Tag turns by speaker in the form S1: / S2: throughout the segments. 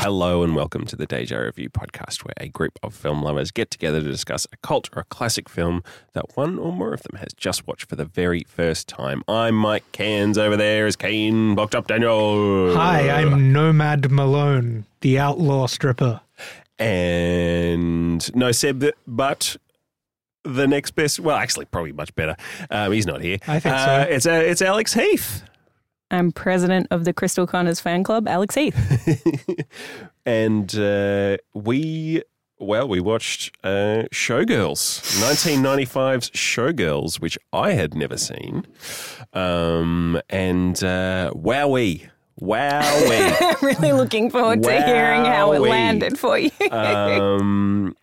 S1: Hello and welcome to the Deja Review podcast, where a group of film lovers get together to discuss a cult or a classic film that one or more of them has just watched for the very first time. I'm Mike Cairns. Over there is Kane Blocked Up Daniel.
S2: Hi, I'm Nomad Malone, the outlaw stripper.
S1: and no Seb, th- but the next best. Well, actually, probably much better. Um, he's not here.
S2: I think
S1: Uh,
S2: so.
S1: It's uh, it's Alex Heath.
S3: I'm president of the Crystal Connors fan club, Alex Heath.
S1: and uh, we well we watched uh, showgirls 1995's showgirls which i had never seen um, and uh, wowee wowee
S3: I'm really looking forward to hearing how it
S1: Wowee.
S3: landed for you.
S1: um,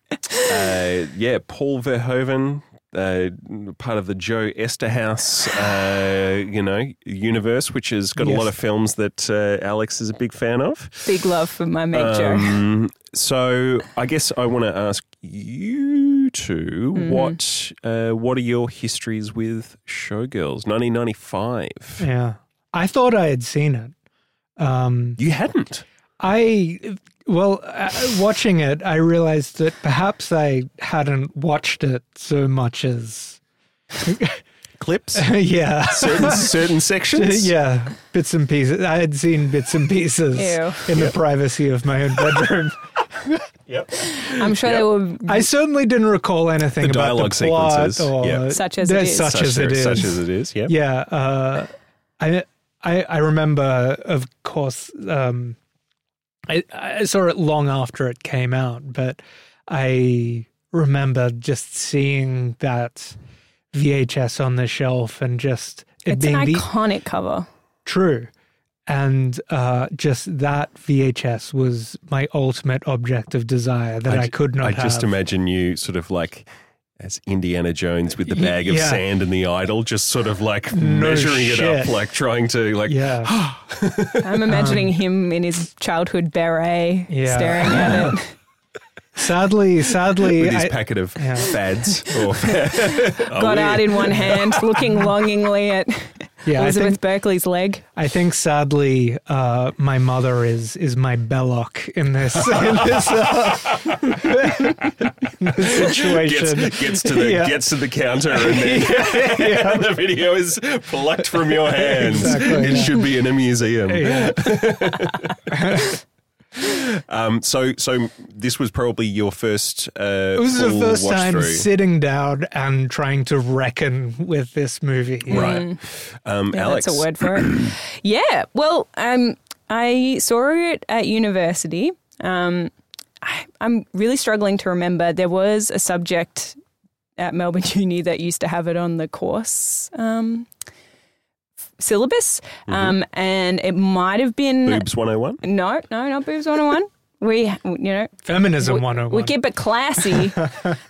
S1: uh, yeah paul verhoeven uh, part of the Joe Esterhouse, uh, you know, universe, which has got a
S2: Yes.
S1: lot of films that uh, Alex is a big fan of.
S3: Big love for my mate Joe.
S1: Um, so I guess I want to ask you 2
S2: Mm-hmm.
S1: what uh, what are your histories with Showgirls 1995?
S2: Yeah. I thought I had seen it. Um,
S1: You hadn't.
S2: I, well, uh, watching it, I realized that perhaps I hadn't watched it so much as,
S1: Clips,
S2: yeah.
S1: certain certain sections.
S2: Yeah, bits and pieces. I had seen bits and pieces
S3: Ew.
S2: in the privacy of my own bedroom.
S3: I'm sure they were
S2: I certainly didn't recall anything
S1: The
S2: about
S1: dialogue
S2: the plot
S1: sequences,
S2: or
S1: yeah.
S3: Such as it
S2: There's
S3: is.
S2: Such, as it is.
S1: Such as it is. Yeah.
S2: yeah uh i i i remember of course um i i saw it long after it came out but i remember just seeing that vhs on the shelf and just it
S3: it's an
S2: being the
S3: iconic cover.
S2: true and uh, just that VHS was my ultimate object of desire that I,
S1: ju-
S2: could not
S1: I
S2: have.
S1: just imagine you sort of like as Indiana Jones with the bag of
S2: yeah.
S1: sand and the idol, just sort of like measuring it
S2: shit.
S1: up, like trying to like
S2: yeah,
S3: I'm imagining him in his childhood beret
S2: Um, Yeah.
S3: staring at it.
S2: sadly, sadly,
S1: with his
S2: I-
S1: packet of fads or Oh,
S3: Got out in one hand, looking longingly at
S2: Oh, yeah, I
S3: Elizabeth
S2: think
S3: Berkeley's leg.
S2: I think sadly, uh, my mother is is my belloc in this in this, uh, in this
S1: gets,
S2: situation.
S1: gets to the
S2: Yeah.
S1: gets to the counter and then the video is plucked from your hands.
S2: Exactly,
S1: it
S2: yeah.
S1: should be in a museum.
S2: Yeah.
S1: Um, so so this was probably your first. Uh,
S2: It was the
S1: full
S2: first
S1: watch
S2: time
S1: through.
S2: sitting down and trying to reckon with this movie.
S1: Right, um,
S3: Yeah,
S1: Alex.
S3: That's a word for it. yeah. Well, um, I saw it at university. Um, I, I'm really struggling to remember. There was a subject at Melbourne Uni that used to have it on the course um, f- syllabus, um, and it might have been
S1: Mm-hmm. Boobs 101.
S3: no, no, not boobs 101. We, you know,
S2: Feminism
S3: we,
S2: 101.
S3: we keep it classy.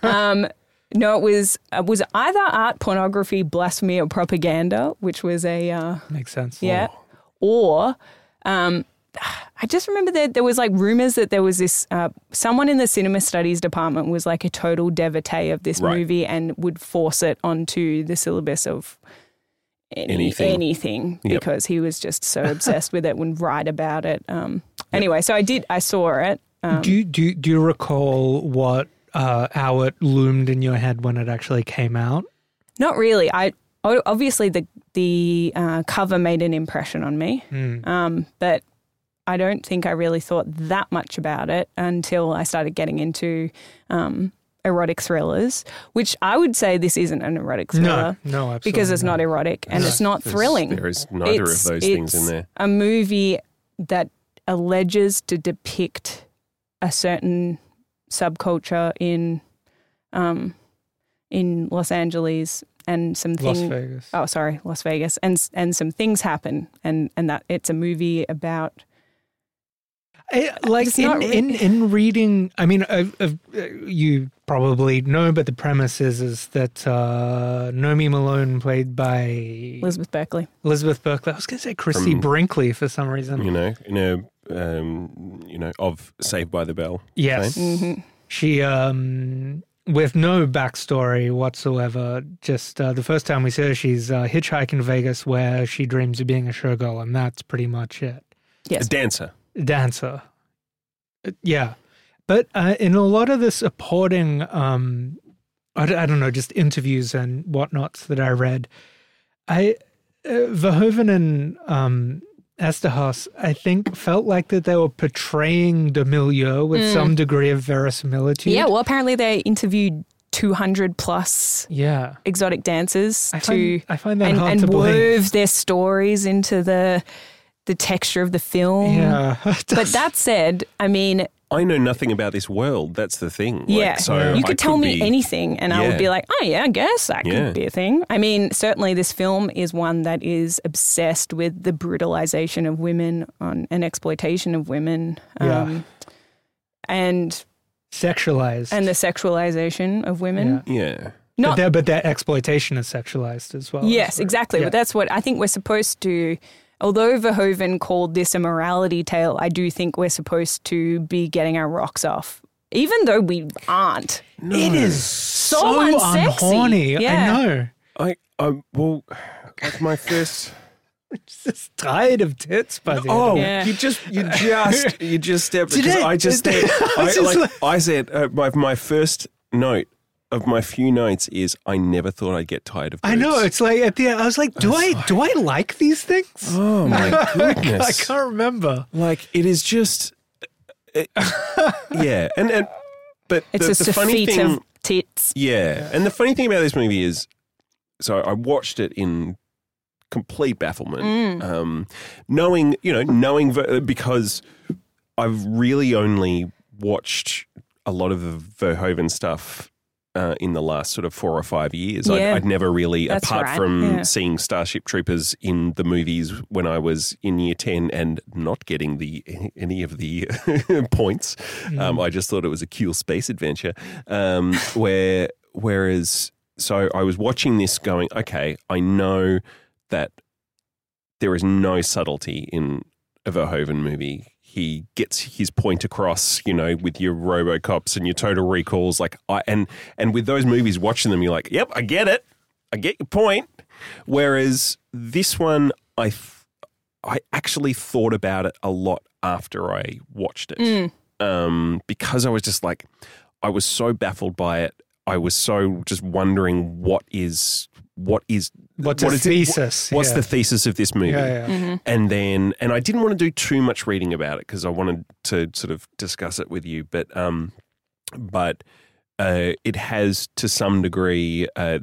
S3: um, no, it was it was either art, pornography, blasphemy, or propaganda, which was a uh,
S2: Makes sense.
S3: yeah. Or um, I just remember that there was like rumors that there was this uh, someone in the cinema studies department was like a total devotee of this
S1: Right.
S3: movie and would force it onto the syllabus of any,
S1: Anything.
S3: anything,
S1: Yep.
S3: because he was just so obsessed with it and write about it. Um, Anyway, so I did. I saw it.
S1: Oh.
S3: Um,
S2: Do you, do you, do you recall what uh, how it loomed in your head when it actually came out?
S3: Not really. I o- obviously the the uh, cover made an impression on me,
S2: Hmm.
S3: um, but I don't think I really thought that much about it until I started getting into um, erotic thrillers, which I would say this isn't an erotic thriller.
S2: No, no, absolutely.
S3: Because it's not
S2: not.
S3: erotic and
S2: No.
S3: it's not
S1: There's-
S3: thrilling.
S1: There is neither
S3: It's-
S1: of those things in
S3: it's
S1: there.
S3: A movie that alleges to depict a certain subculture in um, in Los Angeles and some
S2: Las
S3: things.
S2: Vegas.
S3: Oh, sorry, Las Vegas, and s- and some things happen, and and that it's a movie about.
S2: I, Eh, like
S3: It's
S2: in,
S3: not re-
S2: in in reading, I mean, i I've, uh, you probably know, but the premise is is that uh, Nomi Malone, played by
S3: Elizabeth Berkeley.
S2: Elizabeth Berkley, I was going to say Christy
S1: From-
S2: Brinkley for some reason.
S1: You know, in a um, you know of Saved by the Bell.
S2: Yes,
S3: hmm
S2: she um, with no backstory whatsoever. Just uh, the first time we see her, she's uh, hitchhiking Vegas, where she dreams of being a showgirl, and that's pretty much
S1: A
S2: it.
S3: Yes.
S1: dancer.
S2: Dancer. Uh, yeah. But uh, in a lot of the supporting, um, I, d- I don't know, just interviews and whatnots that I read, I uh, Verhoeven and um, Esterhaas, I think, felt like that they were portraying the milieu with some degree of verisimilitude.
S3: Mm. Yeah, well, apparently they interviewed 200 plus
S2: yeah.
S3: exotic dancers
S2: I
S3: to
S2: find, I find that
S3: and,
S2: hard
S3: and
S2: to believe.
S3: wove their stories into the the texture of the film.
S2: Yeah,
S3: But that said, I mean,
S1: I know nothing about this world. That's the thing. Like,
S3: yeah,
S1: so
S3: you could
S1: I
S3: tell me
S1: be-
S3: anything, and I
S1: Yeah.
S3: would be like, oh yeah, I guess that
S1: Yeah.
S3: could be a thing. I mean, certainly this film is one that is obsessed with the brutalization of women on, and exploitation of women, um,
S2: Yeah.
S3: and
S2: sexualized.
S3: and the sexualization of women.
S2: Yeah.
S1: Yeah.
S2: but,
S3: Not
S2: their, but their exploitation is sexualized as well.
S3: Yes,
S2: It's-
S3: exactly.
S2: yeah.
S3: But that's what I think we're supposed to. Although Verhoeven called this a morality tale, I do think we're supposed to be getting our rocks off, even though we aren't.
S2: It is so,
S3: unsexy.
S2: unhorny.
S3: Yeah.
S2: I know.
S1: I, I well, like my first.
S2: I'm just tired of tits by the
S1: Oh,
S2: end.
S3: Yeah.
S1: you just you just you just stepped.
S2: Did
S1: because
S2: it?
S1: I just said
S2: Did it? I
S1: I,
S2: was just
S1: like,
S2: like-
S1: I said uh, my my first note of my few notes is I never thought I'd get tired of. Boobs.
S2: I know. It's like at the end, I was like, do I do I like these things?
S1: Oh my goodness!
S2: I can't remember.
S1: Like it is just, uh, it- yeah, and and but
S3: It's
S1: the,
S3: just
S1: the
S3: a
S1: funny
S3: feat
S1: thing,
S3: of tits.
S1: yeah. and the funny thing about this movie is, so I watched it in complete bafflement, um, knowing you know knowing Ver- because I've really only watched a lot of the Verhoeven stuff. Uh, in the last sort of four or five years,
S3: Yeah.
S1: I'd, I'd never really,
S3: That's
S1: apart
S3: right,
S1: from
S3: yeah.
S1: seeing Starship Troopers in the movies when I was in year 10 and not getting the any of the points. Um, I just thought it was a cool space adventure. Um, where whereas so I was watching this going, okay, I know that there is no subtlety in a Verhoeven movie. He gets his point across, you know, with your RoboCops and your Total Recalls, like I and and with those movies, watching them, you're like, yep, I get it, I get your point. Whereas this one, I th- I actually thought about it a lot after I watched it,
S3: Mm.
S1: um, because I was just like, I was so baffled by it. I was so just wondering what is what is
S2: What's
S1: what
S2: a
S1: is it-
S2: thesis?
S1: what's
S2: yeah.
S1: the thesis of this movie?
S2: yeah,
S3: Mm.
S2: yeah.
S1: and then and I didn't want to do too much reading about it because I wanted to sort of discuss it with you, but um, but uh, it has to some degree. Uh,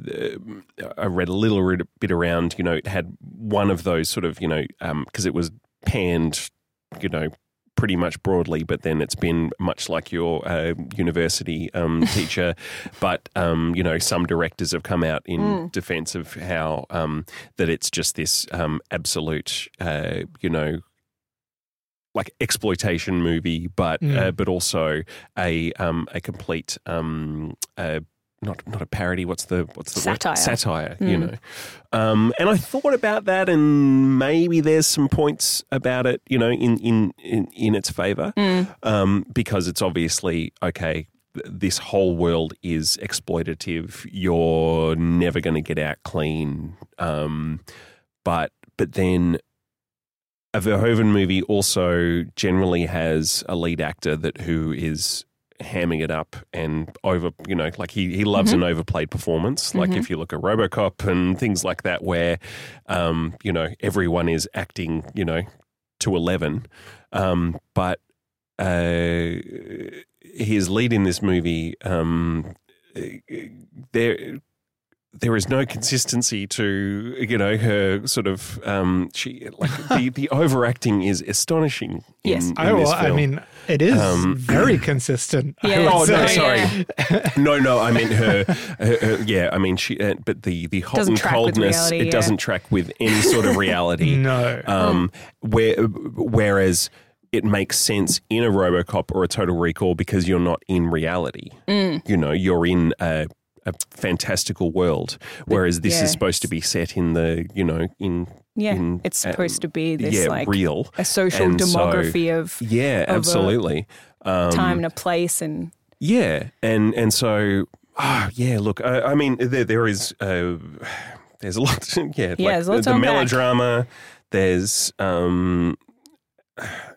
S1: I read a little re- bit around. You know, it had one of those sort of you know because it was panned. You know. Pretty much broadly, but then it's been much like your uh, university um, teacher. But um, you know, some directors have come out in defence of how um, that it's just this um, absolute, uh, you know, like exploitation movie, but
S2: Mm.
S1: uh, but also a um, a complete um, uh, not not a parody. What's the what's the word?
S3: Satire.
S1: Satire, you know. Um, and I thought about that, and maybe there's some points about it, you know, in in in, in its favour,
S2: Mm,
S1: um, because it's obviously okay. th- This whole world is exploitative. You're never going to get out clean. Um, but but then a Verhoeven movie also generally has a lead actor that who is hamming it up and over you know like he he loves an overplayed performance like if you look at RoboCop and things like that where um you know everyone is acting you know to 11 um but uh his lead in this movie um there there is no consistency to you know her sort of um she like the the overacting is astonishing in,
S3: Yes. Oh,
S1: in
S2: I,
S1: this
S2: well, I
S1: film.
S2: mean, it is
S1: Um,
S2: very consistent. I
S3: Yeah.
S2: would
S1: Oh no,
S2: say.
S1: sorry. no, no, I meant her. her, her- yeah, I mean she. Uh, but the the hot
S3: Doesn't
S1: and
S3: track with
S1: coldness
S3: reality,
S1: it
S3: yeah.
S1: doesn't track with any sort of reality.
S2: No.
S3: Hmm.
S1: Um, where whereas it makes sense in a RoboCop or a Total Recall because you're not in reality.
S3: Hmm.
S1: You know, you're in a. A fantastical world, whereas this
S3: yeah.
S1: is supposed to be set in the, you know, in
S3: Yeah,
S1: in,
S3: it's
S1: uh,
S3: supposed to be this
S1: yeah,
S3: like
S1: real
S3: a social
S1: And so-
S3: demography of
S1: yeah,
S3: a-
S1: absolutely. Um,
S3: time and a place and
S1: yeah, and and so ah, yeah. Look, I, I mean, there there is uh, there's a lot. Yeah, like
S3: there's lots
S1: the, the
S3: on back.
S1: melodrama. There's um,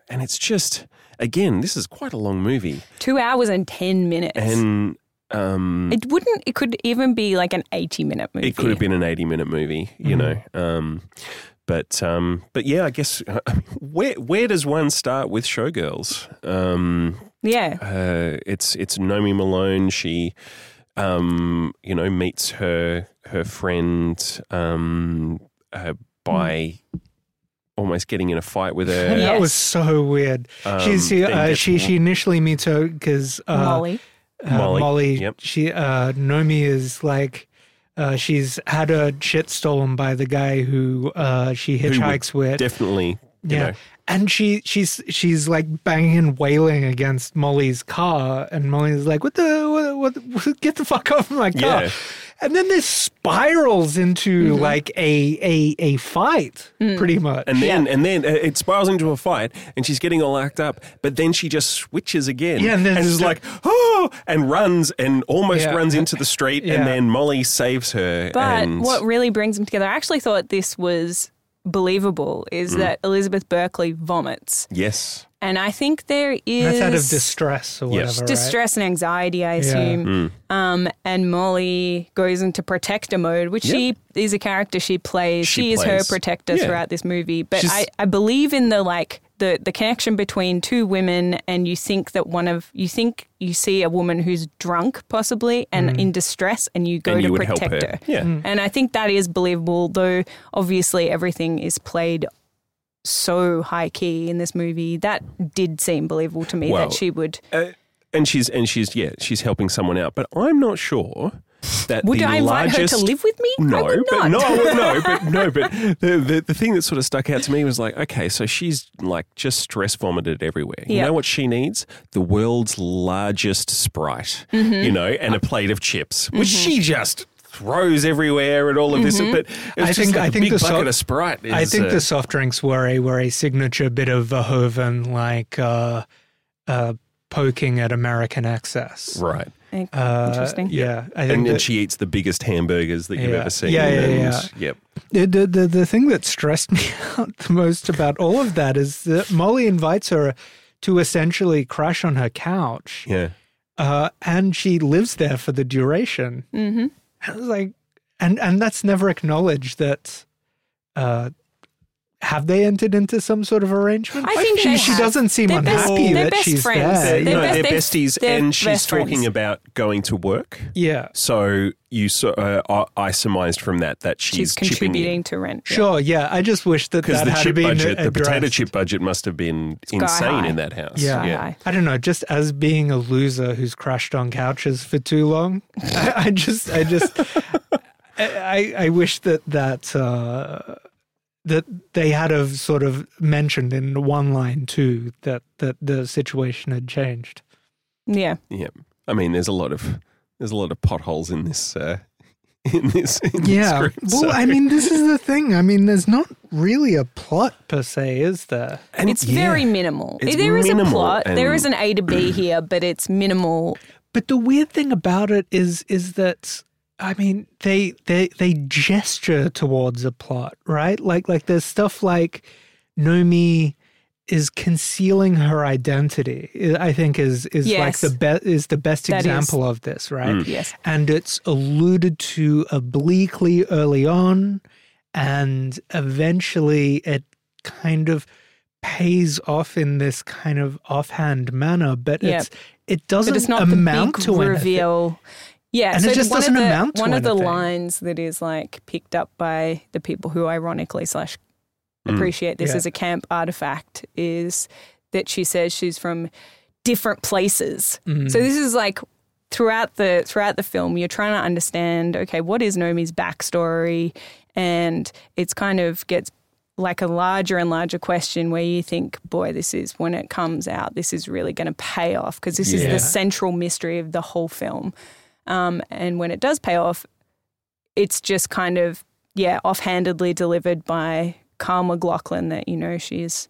S1: and it's just Again, this is quite a long movie,
S3: Two hours and 10 minutes.
S1: and um,
S3: it wouldn't, it could even be like an 80 minute movie.
S1: it could have been an eighty-minute movie, you
S2: Mhm.
S1: know. Um, but um, but yeah, I guess where where does one start with Showgirls? Um,
S3: Yeah.
S1: uh, it's it's Nomi Malone. She, um, you know, meets her her friend um, uh, by
S2: Hmm.
S1: almost getting in a fight with her.
S3: Yeah.
S2: That was so weird.
S1: Um,
S2: She's she
S1: then
S2: uh,
S1: gets-
S2: she she initially meets her because uh,
S3: Molly.
S2: uh,
S1: Molly,
S2: Molly.
S1: yep.
S2: She uh, Nomi is like. Uh, she's had her shit stolen by the guy who uh, she
S1: would
S2: hitchhikes with.
S1: definitely. You
S2: yeah,
S1: know,
S2: and she she's she's like banging and wailing against Molly's car, and Molly's like, "What the what, what, what get the fuck off my
S1: Yeah.
S2: car!"
S1: Mm-hmm.
S2: And then this spirals into like a a a fight, pretty much.
S1: and then and then uh, it spirals into a fight, and she's getting all act up. But then she just switches again,
S2: Yeah, and then
S1: is
S2: it's
S1: like, oh, and runs and almost
S2: Yeah.
S1: runs into the street,
S2: Yeah.
S1: and then Molly saves her.
S3: But
S1: and
S3: what really brings them together, I actually thought this was believable, is
S1: Mm.
S3: that Elizabeth Berkeley vomits.
S1: yes,
S3: And I think there is.
S2: That's out of distress
S1: Yes.
S2: or whatever. Right?
S3: distress and anxiety, I assume.
S1: Hmm.
S3: Um, and Molly goes into protector mode, which she is a character she plays.
S1: She
S3: She, is her
S1: plays.
S3: protector
S1: Yeah.
S3: throughout this movie. But
S1: She's-
S3: I, I believe in the like the the connection between two women, and you think that one of you think you see a woman who's drunk possibly and in distress, and you go
S1: and
S3: to
S1: you would
S3: protect
S1: help her. Yeah,
S3: And I think that is believable, though obviously everything is played so high key in this movie. That did seem believable to me
S1: Well,
S3: that she would.
S1: uh, and she's and she's yeah she's helping someone out but i'm not sure that
S3: Would
S1: the
S3: I invite
S1: largest,
S3: her to live with me? I
S1: no,
S3: would
S1: but
S3: not.
S1: no, I would- no, but no, but the, the the thing that sort of stuck out to me was like, okay, so she's like just stress vomited everywhere. You
S3: Yeah.
S1: know what she needs? The world's largest sprite,
S3: Mm-hmm.
S1: you know, and a plate of chips, which she just throws everywhere and all of this.
S3: Mm-hmm.
S1: But it's
S2: I
S1: just
S2: think-
S1: like
S2: I
S1: a
S2: think
S1: big
S2: the
S1: bucket
S2: so-
S1: of sprite. Is,
S2: I think
S1: uh,
S2: the soft drinks were a were a signature bit of Verhoeven like uh, uh, poking at American access.
S1: right,
S2: Uh,
S3: Interesting.
S2: Yeah, I
S1: and
S2: think
S1: then
S2: that-
S1: she eats the biggest hamburgers that you've
S2: Yeah.
S1: ever seen.
S2: Yeah, yeah,
S1: and,
S2: yeah.
S1: Yep.
S2: The, the, the, the thing that stressed me out the most about all of that is that Molly invites her to essentially crash on her couch,
S1: Yeah.
S2: uh, and she lives there for the duration. Mm-hmm. I was like, and and that's never acknowledged. That uh, have they entered into some sort of arrangement?
S3: I think
S2: she,
S3: they
S2: she
S3: have.
S2: doesn't seem
S3: They're best-
S2: unhappy
S3: they're
S2: that
S3: best
S2: she's
S3: friends.
S2: there.
S3: They're
S1: no,
S3: best-
S1: Uh, they're
S3: they're-
S1: besties,
S3: they're
S1: and she's
S3: best friends.
S1: talking about going to work.
S2: yeah.
S1: So you so uh, I- I surmised from that that she's,
S3: She's
S1: chipping
S3: contributing to rent. yeah.
S2: Sure, yeah. I just wish that
S1: because
S2: that
S1: the
S2: had
S1: chip
S2: been
S1: budget, the potato
S2: addressed.
S1: chip budget, must have been
S3: Sky
S1: insane
S3: high.
S1: in that house.
S2: Yeah.
S3: Sky high.
S2: I don't know, just as being a loser who's crashed on couches for too long, I, I just, I just, I, I- I wish that that uh, that they had have sort of mentioned in one line too that that the situation had changed.
S3: Yeah.
S1: yeah. I mean, there's a lot of there's a lot of potholes in this uh, in this. In
S2: Yeah,
S1: this script,
S2: well,
S1: so-
S2: I mean, this is the thing. I mean, there's not really a plot per se, is there?
S1: And
S3: It's
S1: yeah.
S3: very minimal.
S1: It's
S3: there is
S1: minimal
S3: a plot. There
S1: and-
S3: is an A to B here, but it's minimal.
S2: But the weird thing about it is is that I mean they they they gesture towards a plot, right? Like like there's stuff like Nomi is concealing her identity. I- I think is is
S3: Yes.
S2: like the best is the best
S3: That is-
S2: example of this, right?
S3: Yes.
S2: And it's alluded to obliquely early on and eventually it kind of pays off in this kind of offhand manner, but
S3: Yeah.
S2: it's it doesn't
S3: But it's not
S2: amount
S3: the big
S2: to anything.
S3: reveal. Yeah,
S2: And
S3: so
S2: it just
S3: one
S2: doesn't
S3: of the,
S2: amount to
S3: One of the
S2: anything.
S3: lines that is like picked up by the people who ironically slash appreciate this
S2: Yeah.
S3: as a camp artifact is that she says she's from different places.
S2: Mm.
S3: So this is like throughout the throughout the film, you're trying to understand okay, what is Nomi's backstory, and it's kind of gets like a larger and larger question where you think, boy, this is when it comes out, this is really going to pay off because this is
S1: Yeah.
S3: the central mystery of the whole film. Um, and when it does pay off, it's just kind of yeah, offhandedly delivered by Carl McLaughlin that you know she's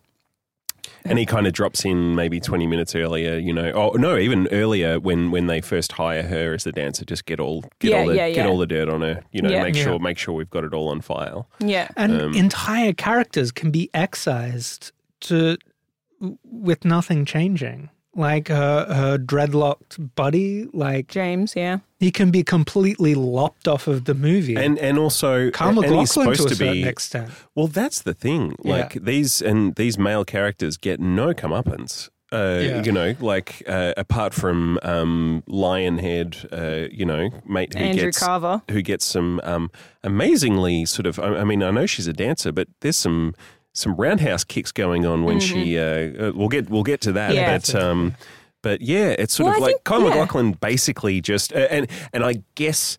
S1: and he kind of drops in maybe 20 minutes earlier you know oh no even earlier when when they first hire her as the dancer just get all get
S3: Yeah,
S1: all the
S3: yeah,
S1: get
S3: yeah.
S1: all the dirt on her you know
S3: Yeah.
S1: make
S2: Yeah.
S1: sure make sure we've got it all on file
S3: yeah
S2: And
S1: Um,
S2: entire characters can be excised to with nothing changing. Like her, her dreadlocked buddy, like
S3: James, yeah.
S2: he can be completely lopped off of the movie.
S1: And and also
S2: Carl
S1: and he's
S2: McLaughlin to a
S1: supposed to
S2: certain
S1: be
S2: extent.
S1: Well, that's the thing.
S2: Yeah.
S1: Like these and these male characters get no comeuppance. Uh,
S2: Yeah.
S1: You know, like uh, apart from um, Lionhead, uh, you know, mate who
S3: Andrew
S1: gets
S3: Carver.
S1: who gets some um, amazingly sort of. I, I mean, I know she's a dancer, but there's some some roundhouse kicks going on when she. Uh, uh, we'll get we'll get to that,
S3: Mm-hmm. Yeah.
S1: but. Um, but yeah, it's sort
S3: Well,
S1: of
S3: I
S1: like
S3: think-
S1: Kyle
S3: yeah.
S1: McLaughlin basically just, uh, and and I guess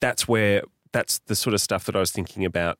S1: that's where that's the sort of stuff that I was thinking about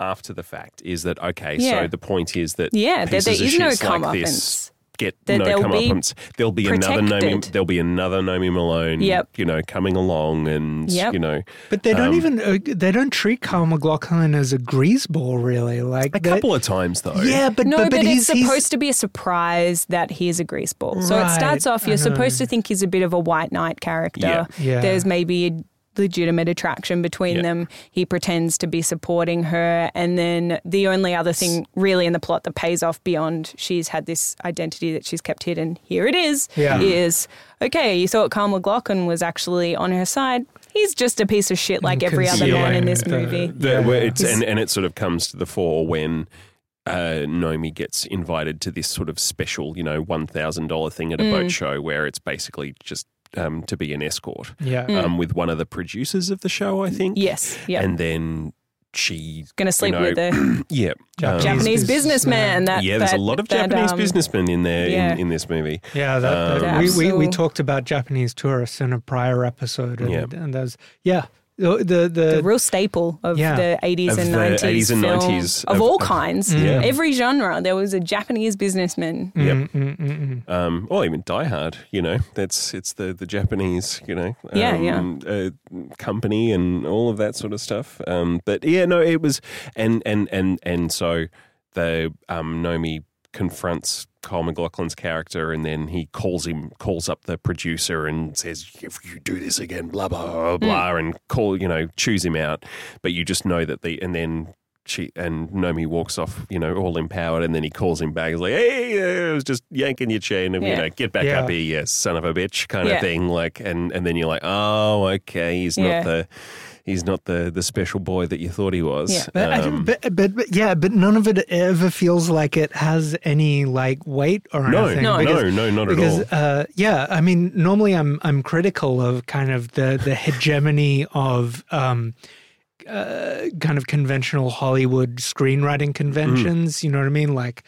S1: after the fact is that okay,
S3: Yeah.
S1: so the point is that
S3: Yeah, that
S1: pieces
S3: there
S1: of
S3: is no
S1: shits like this
S3: comeuppance.
S1: get
S3: That
S1: no
S3: they'll be
S1: comeuppance. There'll be another Nomi.
S3: protected.
S1: There'll be another Nomi Malone.
S3: Yep.
S1: you know, coming along, and
S3: Yep.
S1: you know,
S2: But they don't
S1: Um,
S2: even uh, they don't treat Carl McLaughlin as a greaseball, really. Like
S1: a
S2: they-
S1: couple of times though.
S2: Yeah, but
S3: no,
S2: but,
S3: but,
S2: he's,
S3: it's
S2: he's-
S3: supposed to be a surprise that he's a greaseball. So it
S2: Right,
S3: starts off,
S2: I
S3: you're
S2: know.
S3: supposed to think he's a bit of a white knight character.
S2: Yeah. Yeah.
S3: There's maybe a legitimate attraction between
S1: Yeah.
S3: them. He pretends to be supporting her. And then the only other thing really in the plot that pays off beyond she's had this identity that she's kept hidden, here it is,
S2: Yeah.
S3: is okay, you thought Carl McLaughlin was actually on her side. He's just a piece of shit like every other man in this
S2: Concealing the-
S3: movie.
S1: The-
S2: Yeah.
S1: where it's,
S3: He's-
S1: and, and it sort of comes to the fore when uh, Nomi gets invited to this sort of special, you know, $1,000 thing at a
S3: Mm.
S1: boat show where it's basically just um, to be an escort
S2: yeah.
S3: Mm.
S1: um, with one of the producers of the show, I think.
S3: Yes. Yeah.
S1: And then she,
S3: Gonna sleep
S1: know,
S3: with a
S1: yeah. um,
S2: Japanese
S3: Japanese businessman.
S2: businessman.
S3: That,
S1: yeah, there's
S3: that-
S1: a lot of
S3: that,
S1: Japanese
S3: um,
S1: businessmen in there
S3: yeah.
S1: in, in this movie.
S2: Yeah, that, that-
S1: Um,
S2: we, we, we
S3: Absol-
S2: talked about Japanese tourists in a prior episode, and,
S1: Yeah.
S2: and there's yeah the the,
S3: The
S2: the
S3: real staple of
S2: Uh, Yeah.
S3: the 80s
S1: Of
S3: and
S1: the
S3: 90s,
S1: 80s and
S3: film,
S1: 90s
S3: of,
S1: of-
S3: all
S1: of-
S3: kinds,
S1: Yeah.
S3: every genre. There was a Japanese businessman.
S1: Yep.
S2: Mm, mm, mm, mm.
S1: um, or even Die Hard. You know, that's it's the the Japanese, you know, um,
S3: Yeah, yeah.
S1: Uh, company and all of that sort of stuff. Um, but yeah, no, it was, and and and and so the um, Nomi confronts Carl McLaughlin's character, and then he calls him, calls up the producer, and says, "If you do this again, blah blah
S3: Hmm.
S1: blah,", blah and call, you know, choose him out. But you just know that the, and then she and Nomi walks off, you know, all empowered, and then he calls him back. He's like, "Hey, uh, I was just yanking your chain, and you
S3: Yeah.
S1: know, get back
S2: Yeah.
S1: up here, you son of a bitch," kind
S3: Yeah.
S1: of thing. Like, and and then you're like, "Oh, okay, he's
S3: Yeah.
S1: not the." He's not the, the special boy that you thought he was.
S3: Yeah.
S2: But, I-
S1: Um,
S2: but, but but yeah, but none of it ever feels like it has any like weight or
S1: no,
S2: anything.
S1: no,
S2: because-
S1: no, no, not at all.
S2: because uh, yeah, I mean, normally I'm I'm critical of kind of the the hegemony of um, uh, kind of conventional Hollywood screenwriting conventions.
S1: Mm.
S2: You know what I mean? Like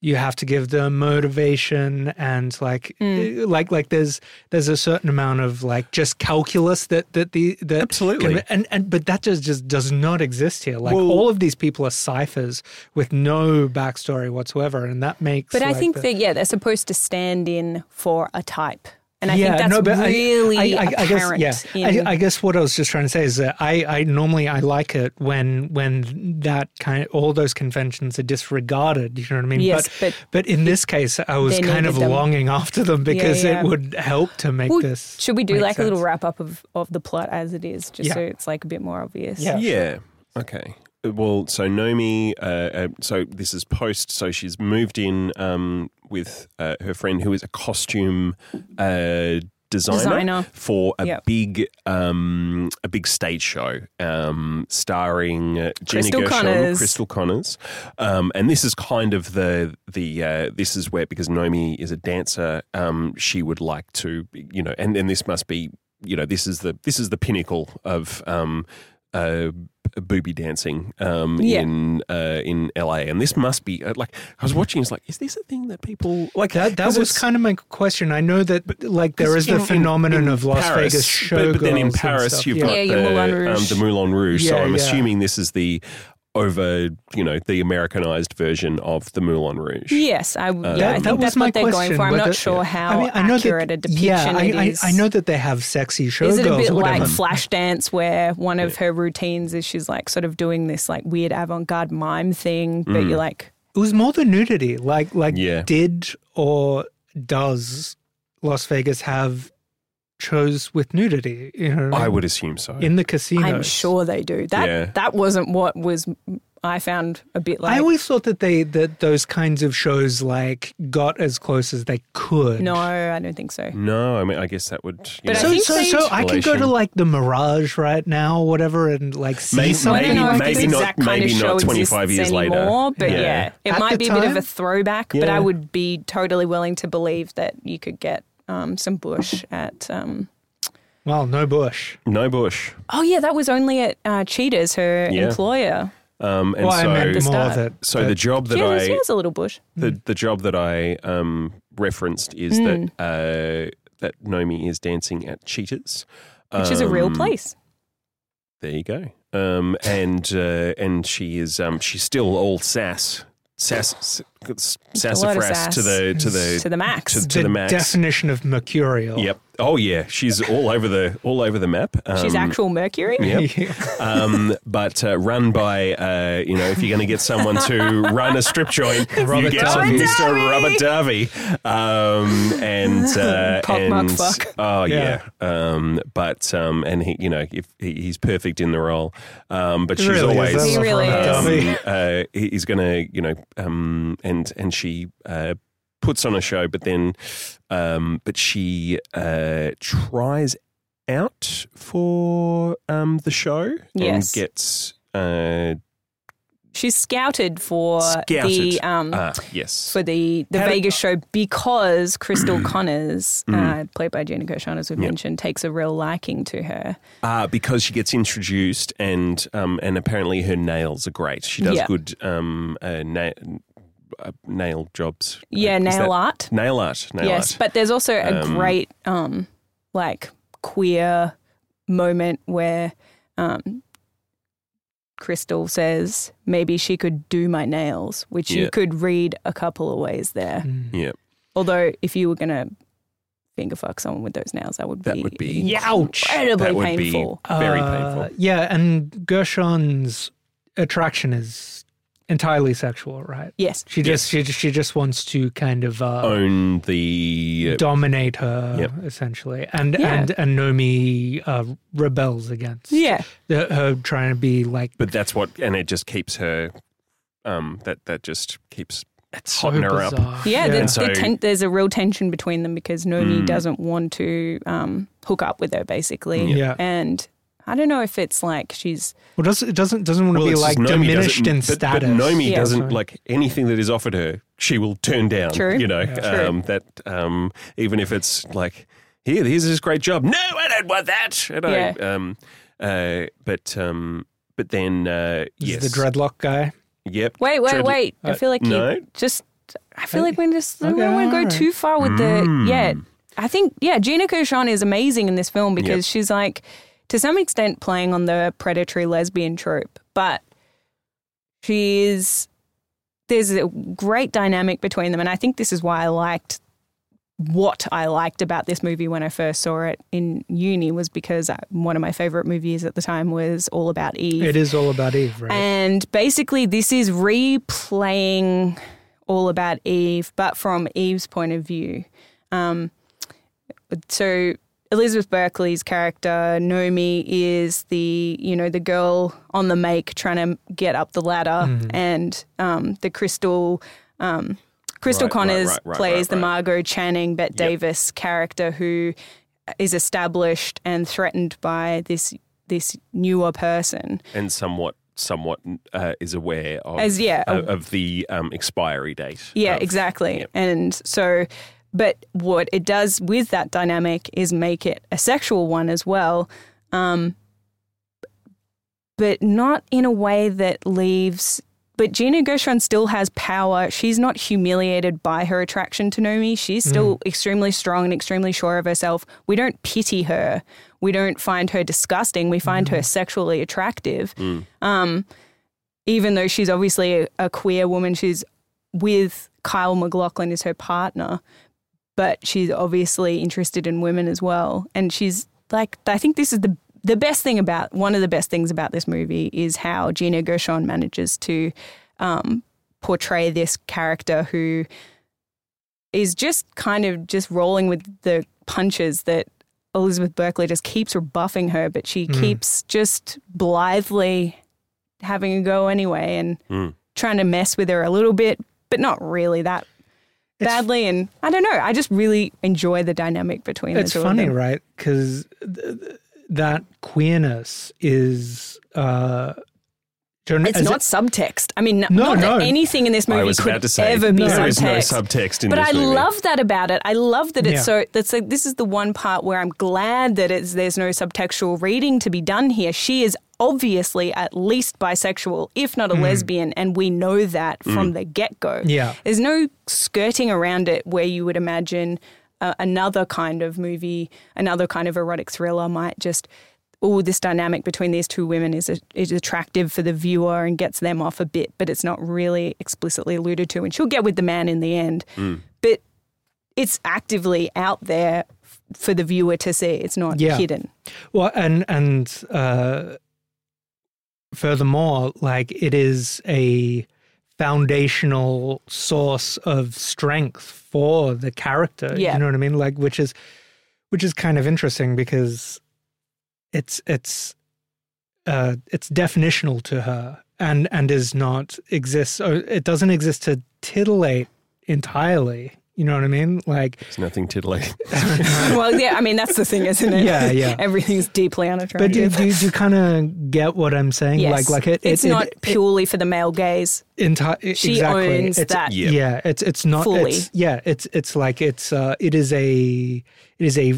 S2: you have to give them motivation and like
S3: Mm.
S2: eh, like like there's there's a certain amount of like just calculus that that the that
S1: Absolutely.
S2: and and but that just just does not exist here like
S1: Well-
S2: all of these people are ciphers with no backstory whatsoever and that makes
S3: But I
S2: like,
S3: think
S2: the-
S3: that, yeah, they're supposed to stand in for a type. And I
S2: yeah,
S3: think that's
S2: no, but I-
S3: really
S2: guess,
S3: apparent.
S2: yeah.
S3: in-
S2: I, I guess what I was just trying to say is that I, I normally I like it when when that kind all those conventions are disregarded. You know what I mean?
S3: Yes, but
S2: but in this case, I was
S3: they
S2: kind of
S3: needed them.
S2: longing after them because
S3: yeah.
S2: it would help to make
S3: Well,
S2: this.
S3: should we do
S2: make
S3: like a little
S2: sense.
S3: wrap up of, of the plot as it is, just
S2: Yeah.
S3: so it's like a bit more obvious?
S2: Yeah.
S1: Yeah. Okay. Well, so Nomi, uh, uh, so this is post. So she's moved in um, with uh, her friend who is a costume uh, designer,
S3: Designer.
S1: for a
S3: Yep.
S1: big um, a big stage show um, starring uh, Jenny
S3: Crystal
S1: Gershon,
S3: Connors.
S1: Crystal Connors, um, and this is kind of the the uh, this is where because Nomi is a dancer, um, she would like to you know, and and this must be you know this is the this is the pinnacle of um, uh, booby dancing um,
S3: Yeah.
S1: in uh, in LA, and this must be uh, like I was watching. It's like is this a thing that people like
S2: That, that
S1: 'cause
S2: was
S1: it's-
S2: kind of my question. I know that like there is the
S1: in- in-
S2: phenomenon
S1: in
S2: of Las
S1: Paris,
S2: Vegas
S1: but,
S2: showgirls,
S1: but then in
S2: and
S1: Paris
S2: stuff,
S1: you've
S2: yeah.
S1: got
S3: Yeah, your
S1: the,
S3: Moulin Rouge.
S1: Um, the Moulin Rouge. so
S2: Yeah,
S1: I'm
S2: yeah.
S1: assuming this is the over, you know, the Americanized version of the Moulin Rouge.
S3: Yes,
S1: Uh,
S3: I, yeah, I
S1: that
S3: think that's what they're going for. I'm
S2: whether-
S3: not sure how
S2: I mean, I know
S3: accurate
S2: that,
S3: a depiction
S2: yeah, I,
S3: it
S2: I-
S3: is.
S2: I, know that they have sexy showgirls.
S3: Is it a bit
S2: or
S3: like
S2: whatever.
S3: Flashdance, where one of her routines is she's like sort of doing this like weird avant-garde mime thing, but
S1: Mm.
S3: you're like,
S2: it was more the nudity. Like, like
S1: Yeah.
S2: did or does Las Vegas have shows with nudity? You know, what I
S1: I
S2: mean?
S1: would assume so.
S2: in the casinos.
S3: I'm sure they do. That
S1: Yeah.
S3: that wasn't what was I found a bit
S2: I
S3: like
S2: always thought that they that those kinds of shows like got as close as they could.
S3: no, I don't think so.
S1: No, I mean, I guess that would. You
S3: But I
S2: So
S1: know,
S3: think
S2: so
S3: they-
S2: so I can go to
S1: Relation.
S2: like the Mirage right now, or whatever, and like see
S1: Maybe-
S2: something.
S3: I don't know
S2: like
S3: if
S1: maybe
S3: this
S1: not-
S3: exact kind
S1: maybe
S3: of
S1: not
S3: show
S1: 25
S3: exists
S1: years later.
S3: anymore, But
S1: Yeah.
S3: yeah, it
S2: At
S3: might
S2: the
S3: be a bit of
S2: time?
S3: a throwback. But
S1: Yeah.
S3: I would be totally willing to believe that you could get um, some bush at. Um,
S2: Well, no Bush.
S1: no bush.
S3: oh yeah, that was only at uh, Cheetah's, her
S1: Yeah.
S3: employer.
S1: Um, and
S2: well,
S1: so,
S2: I meant more
S3: The start.
S2: that.
S1: so
S2: that-
S1: the job that
S3: yeah,
S1: I
S3: there's, yeah, there's a little bush.
S1: the, the job that I um, referenced is
S3: Hmm.
S1: that uh, that Nomi is dancing at Cheetahs,
S3: Which is a real
S1: Um,
S3: place.
S1: There you go. Um, and uh, and she is um, she's still all sass sass s- sassafras
S3: sass.
S1: to the to the
S3: To the max.
S1: to- to the max.
S2: definition of mercurial.
S1: Yep. Oh yeah, she's all over the all over the map. Um,
S3: She's actual Mercury.
S1: Yep. um, but uh, run by, uh, you know, if you're going to get someone to run a strip joint, you
S2: Robert
S1: get
S2: Darby.
S1: Mr. Robert Darby. Um, and uh,
S3: Cock,
S1: and
S3: muck, fuck.
S1: oh yeah,
S2: Yeah.
S1: Um, but um, and he, you know, if he, he's perfect in the role, um, but she's
S2: Really is.
S1: always
S2: That was
S3: He really
S2: from
S3: is.
S2: Dummy.
S1: um, uh, he- he's going to, you know, um, and and she uh, puts on a show, but then, um, but she uh, tries out for um, the show
S3: Yes.
S1: and gets. Uh,
S3: She's scouted for
S1: Scouted.
S3: the um,
S1: ah, yes.
S3: for the, the
S1: Had Mm. it-
S3: Vegas show because Crystal Connors, uh, played by Gina Gershon, as we've
S1: Yep.
S3: mentioned, takes a real liking to her.
S1: Ah, because she gets introduced, and um, and apparently her nails are great. She does
S3: Yeah.
S1: good um, uh, na- uh, nail jobs. Uh,
S3: Yeah,
S1: Is
S3: nail
S1: that-
S3: art.
S1: Nail art. Nail
S3: yes,
S1: art.
S3: but there's also a
S1: Um,
S3: great um, like queer moment where um, Crystal says maybe she could do my nails, which
S1: Yeah.
S3: you could read a couple of ways there.
S2: Mm.
S1: yeah,
S3: Although if you were gonna finger fuck someone with those nails, that would
S1: That
S3: be
S1: would be-
S2: Ouch.
S3: incredibly
S1: that would
S3: painful.
S1: be very
S2: Uh,
S1: painful.
S2: Yeah, and Gershon's attraction is entirely sexual, right?
S3: Yes.
S2: She just she just she just wants to kind of uh,
S1: Own the
S2: dominate her
S1: Yep.
S2: essentially, and
S3: Yeah.
S2: and and Nomi uh, rebels against
S3: Yeah.
S2: the, her trying to be like
S1: but that's what and it just keeps her um that that just keeps
S2: so
S1: hotting her up
S2: bizarre.
S3: Yeah,
S1: And
S3: The,
S1: so-
S3: the ten- there's a real tension between them because Nomi
S1: Mm.
S3: doesn't want to um, hook up with her, basically.
S2: Yeah.
S3: And I don't know if it's like she's.
S2: Well, does, it doesn't doesn't want to be
S1: it's just
S2: like
S1: Nomi
S2: diminished
S1: doesn't-
S2: in
S1: but,
S2: status.
S1: but Nomi
S3: Yeah.
S1: doesn't
S2: Sorry.
S1: like anything that is offered her she will turn down
S3: True.
S1: you know
S3: True.
S1: um that um even if it's like here here's this great job no I don't want that and I, um uh but um but then uh
S2: This is
S1: yes
S2: the dreadlock guy.
S1: yep
S3: Wait, wait,
S1: Dread-
S3: wait. I
S2: uh,
S3: feel like
S1: no.
S3: you just. I feel like we just we
S2: Okay,
S3: don't want to go
S2: alright.
S3: too far with
S1: Mm.
S3: the. Yeah. I think, yeah, Gina Gershon is amazing in this film because
S1: Yep.
S3: she's like, to some extent, playing on the predatory lesbian trope, but she is. There's a great dynamic between them. And I think this is why I liked what I liked about this movie when I first saw it in uni was because I, one of my favorite movies at the time was All About Eve.
S2: It is all about Eve, right?
S3: And basically, this is replaying all about Eve, but from Eve's point of view. Um, so Elizabeth Berkeley's character Nomi is the you know the girl on the make trying to get up the ladder, and um, the Crystal. Um, Crystal
S1: Right, right,
S3: Connors
S1: right, right,
S3: plays
S1: right,
S3: the
S1: right.
S3: Margot Channing, Bet Davis character who is established and threatened by this this newer person.
S1: and somewhat somewhat uh, is aware of
S3: As- yeah.
S1: of, of the um expiry date
S3: Yeah,
S1: of-
S3: exactly.
S1: Yep.
S3: And so, but what it does with that dynamic is make it a sexual one as well, um, but not in a way that leaves. But Gina Gershon still has power. She's not humiliated by her attraction to Nomi. She's still extremely strong and extremely sure of herself. We don't pity her. We don't find her disgusting. We find her sexually attractive.
S1: Mm,
S3: Um, even though she's obviously a, a queer woman, she's with Kyle McLaughlin as her partner, but she's obviously interested in women as well. And she's like, I think this is the the best thing about one of the best things about this movie is how Gina Gershon manages to um, portray this character who is just kind of just rolling with the punches that Elizabeth Berkley just keeps rebuffing her, but she keeps just blithely having a go anyway and
S1: Mm.
S3: trying to mess with her a little bit, but not really that
S2: It's-
S3: badly. And I don't know. I just really enjoy the dynamic between
S2: It's
S3: the two
S2: funny,
S3: of them.
S2: right? Because th- th- that queerness is. Uh, journa-
S3: It's
S2: as
S3: not
S2: it-
S3: subtext. I mean, n-
S2: No,
S3: not that
S2: no.
S3: anything in this movie
S1: I was
S3: could
S1: about to say
S3: ever be
S1: there
S3: subtext.
S1: is no subtext in
S3: but
S1: this
S3: I
S1: movie.
S3: love that about it. I love that it's
S2: Yeah.
S3: so. That's like this is the one part where I'm glad that it's there's no subtextual reading to be done here. She is obviously at least bisexual, if not a lesbian, and we know that
S1: Mm.
S3: from the get go.
S2: Mm. Yeah.
S3: there's no skirting around it where you would imagine uh, another kind of movie, another kind of erotic thriller might just. Oh, this dynamic between these two women is, a, is attractive for the viewer and gets them off a bit, but it's not really explicitly alluded to. And she'll get with the man in the end.
S1: Mm.
S3: But it's actively out there f- for the viewer to see. It's not
S2: Yeah.
S3: hidden.
S2: Well, and and uh, furthermore, like it is a foundational source of strength for the character.
S3: Yeah.
S2: You know what I mean? Like, which is which is kind of interesting because it's it's uh, it's definitional to her and and is not exists. Or it doesn't exist to titillate entirely. You know what I mean? Like
S1: There's nothing titillating.
S3: well, yeah, I mean that's the thing, isn't it?
S2: Yeah, yeah.
S3: Everything's deeply
S2: But do,
S3: unattractive.
S2: do, do you kind of get what I'm saying?
S3: Yes.
S2: Like, like it, it-
S3: it's
S2: it-
S3: not
S2: it-
S3: purely for the male gaze.
S2: enti- e,
S3: She
S2: exactly.
S3: owns
S2: it's,
S3: that.
S1: Yeah.
S2: Yeah, it's it's not
S3: Fully.
S2: It's, yeah, it's it's like it's uh, it is a it is a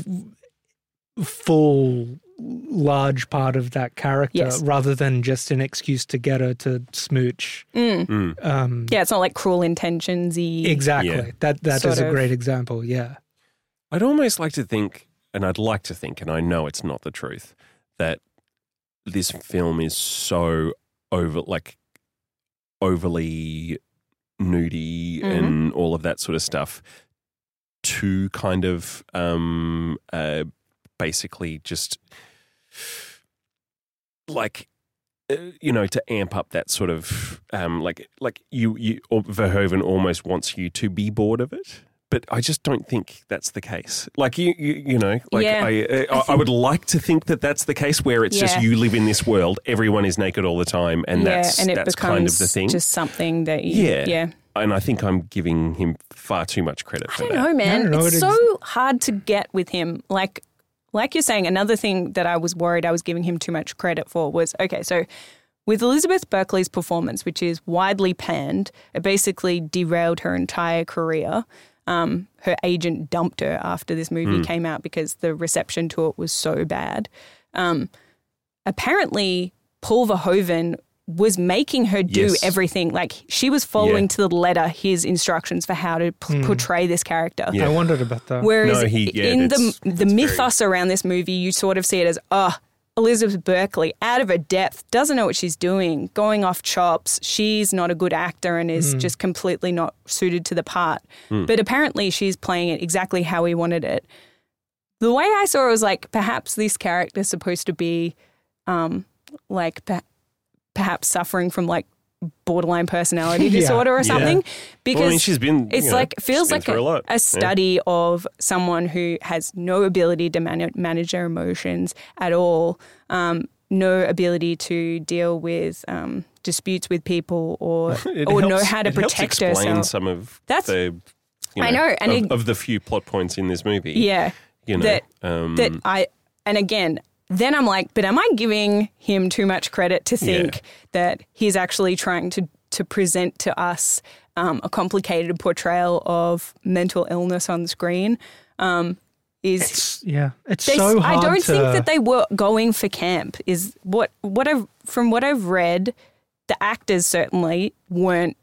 S2: full large part of that character
S3: Yes.
S2: rather than just an excuse to get her to smooch.
S1: Mm.
S2: Um,
S3: Yeah, it's not like cruel intentions y.
S2: exactly.
S1: Yeah.
S2: That that is
S3: Sort
S2: a
S3: of.
S2: great example. Yeah.
S1: I'd almost like to think, and I'd like to think, and I know it's not the truth, that this film is so over, like overly nudie and all of that sort of stuff to kind of um, uh, basically just like uh, you know to amp up that sort of um, like like you you or Verhoeven almost wants you to be bored of it. But I just don't think that's the case. Like you, you, you know, like
S3: Yeah.
S1: I, I, I, would like to think that that's the case where it's just
S3: Yeah.
S1: you live in this world, everyone is naked all the time, and
S3: yeah,
S1: that's
S3: and it
S1: that's
S3: becomes
S1: kind of the thing.
S3: just something that you,
S1: Yeah.
S3: yeah.
S1: and I think I'm giving him far too much credit
S3: I
S1: for
S3: don't
S1: that.
S3: know, man.
S2: don't know,
S3: it's
S2: it
S3: so hard to get with him. Like, like you're saying, another thing that I was worried I was giving him too much credit for was okay. So, with Elizabeth Berkley's performance, which is widely panned, it basically derailed her entire career. Um, her agent dumped her after this
S1: Hmm.
S3: movie came out because the reception to it was so bad. Um, apparently, Paul Verhoeven was making her do
S1: Yes.
S3: everything. Like she was following
S1: Yeah.
S3: to the letter his instructions for how to p- portray this character.
S1: Yeah.
S2: I wondered about that.
S3: Whereas
S1: No, he- yeah,
S3: in the
S1: that's-
S3: the mythos around this movie, you sort of see it as, oh, Elizabeth Berkley, out of her depth, doesn't know what she's doing, going off chops. She's not a good actor and is just completely not suited to the part.
S1: Hmm.
S3: But apparently, she's playing it exactly how he wanted it. The way I saw it was like, perhaps this character's supposed to be, um, like, per- perhaps suffering from like borderline personality
S2: Yeah.
S3: disorder or
S1: Yeah.
S3: something. Because
S1: Well, I mean, she's been.
S3: it's
S1: you know,
S3: like
S1: she's
S3: feels
S1: been
S3: like
S1: through
S3: a,
S1: a, lot. Yeah.
S3: a study of someone who has no ability to man- manage their emotions at all, um, no ability to deal with um, disputes with people, or
S1: It
S3: or know
S1: helps-
S3: how to
S1: it helps
S3: protect
S1: explain
S3: herself.
S1: Some of
S3: That's-
S1: the, you
S3: I know, and
S1: of,
S3: it-
S1: of the few plot points in this movie.
S3: yeah,
S1: you know
S3: that-
S1: um,
S3: that
S2: Mm.
S3: I and again. Then I'm like, but am I giving him too much credit to think that he's actually trying to to present to us um, a complicated portrayal of mental illness on the screen? Um, is
S2: It's, yeah. It's
S3: They-
S2: so hard
S3: I don't
S2: to,
S3: think that they were going for camp. Is what what I've from what I've read, the actors certainly weren't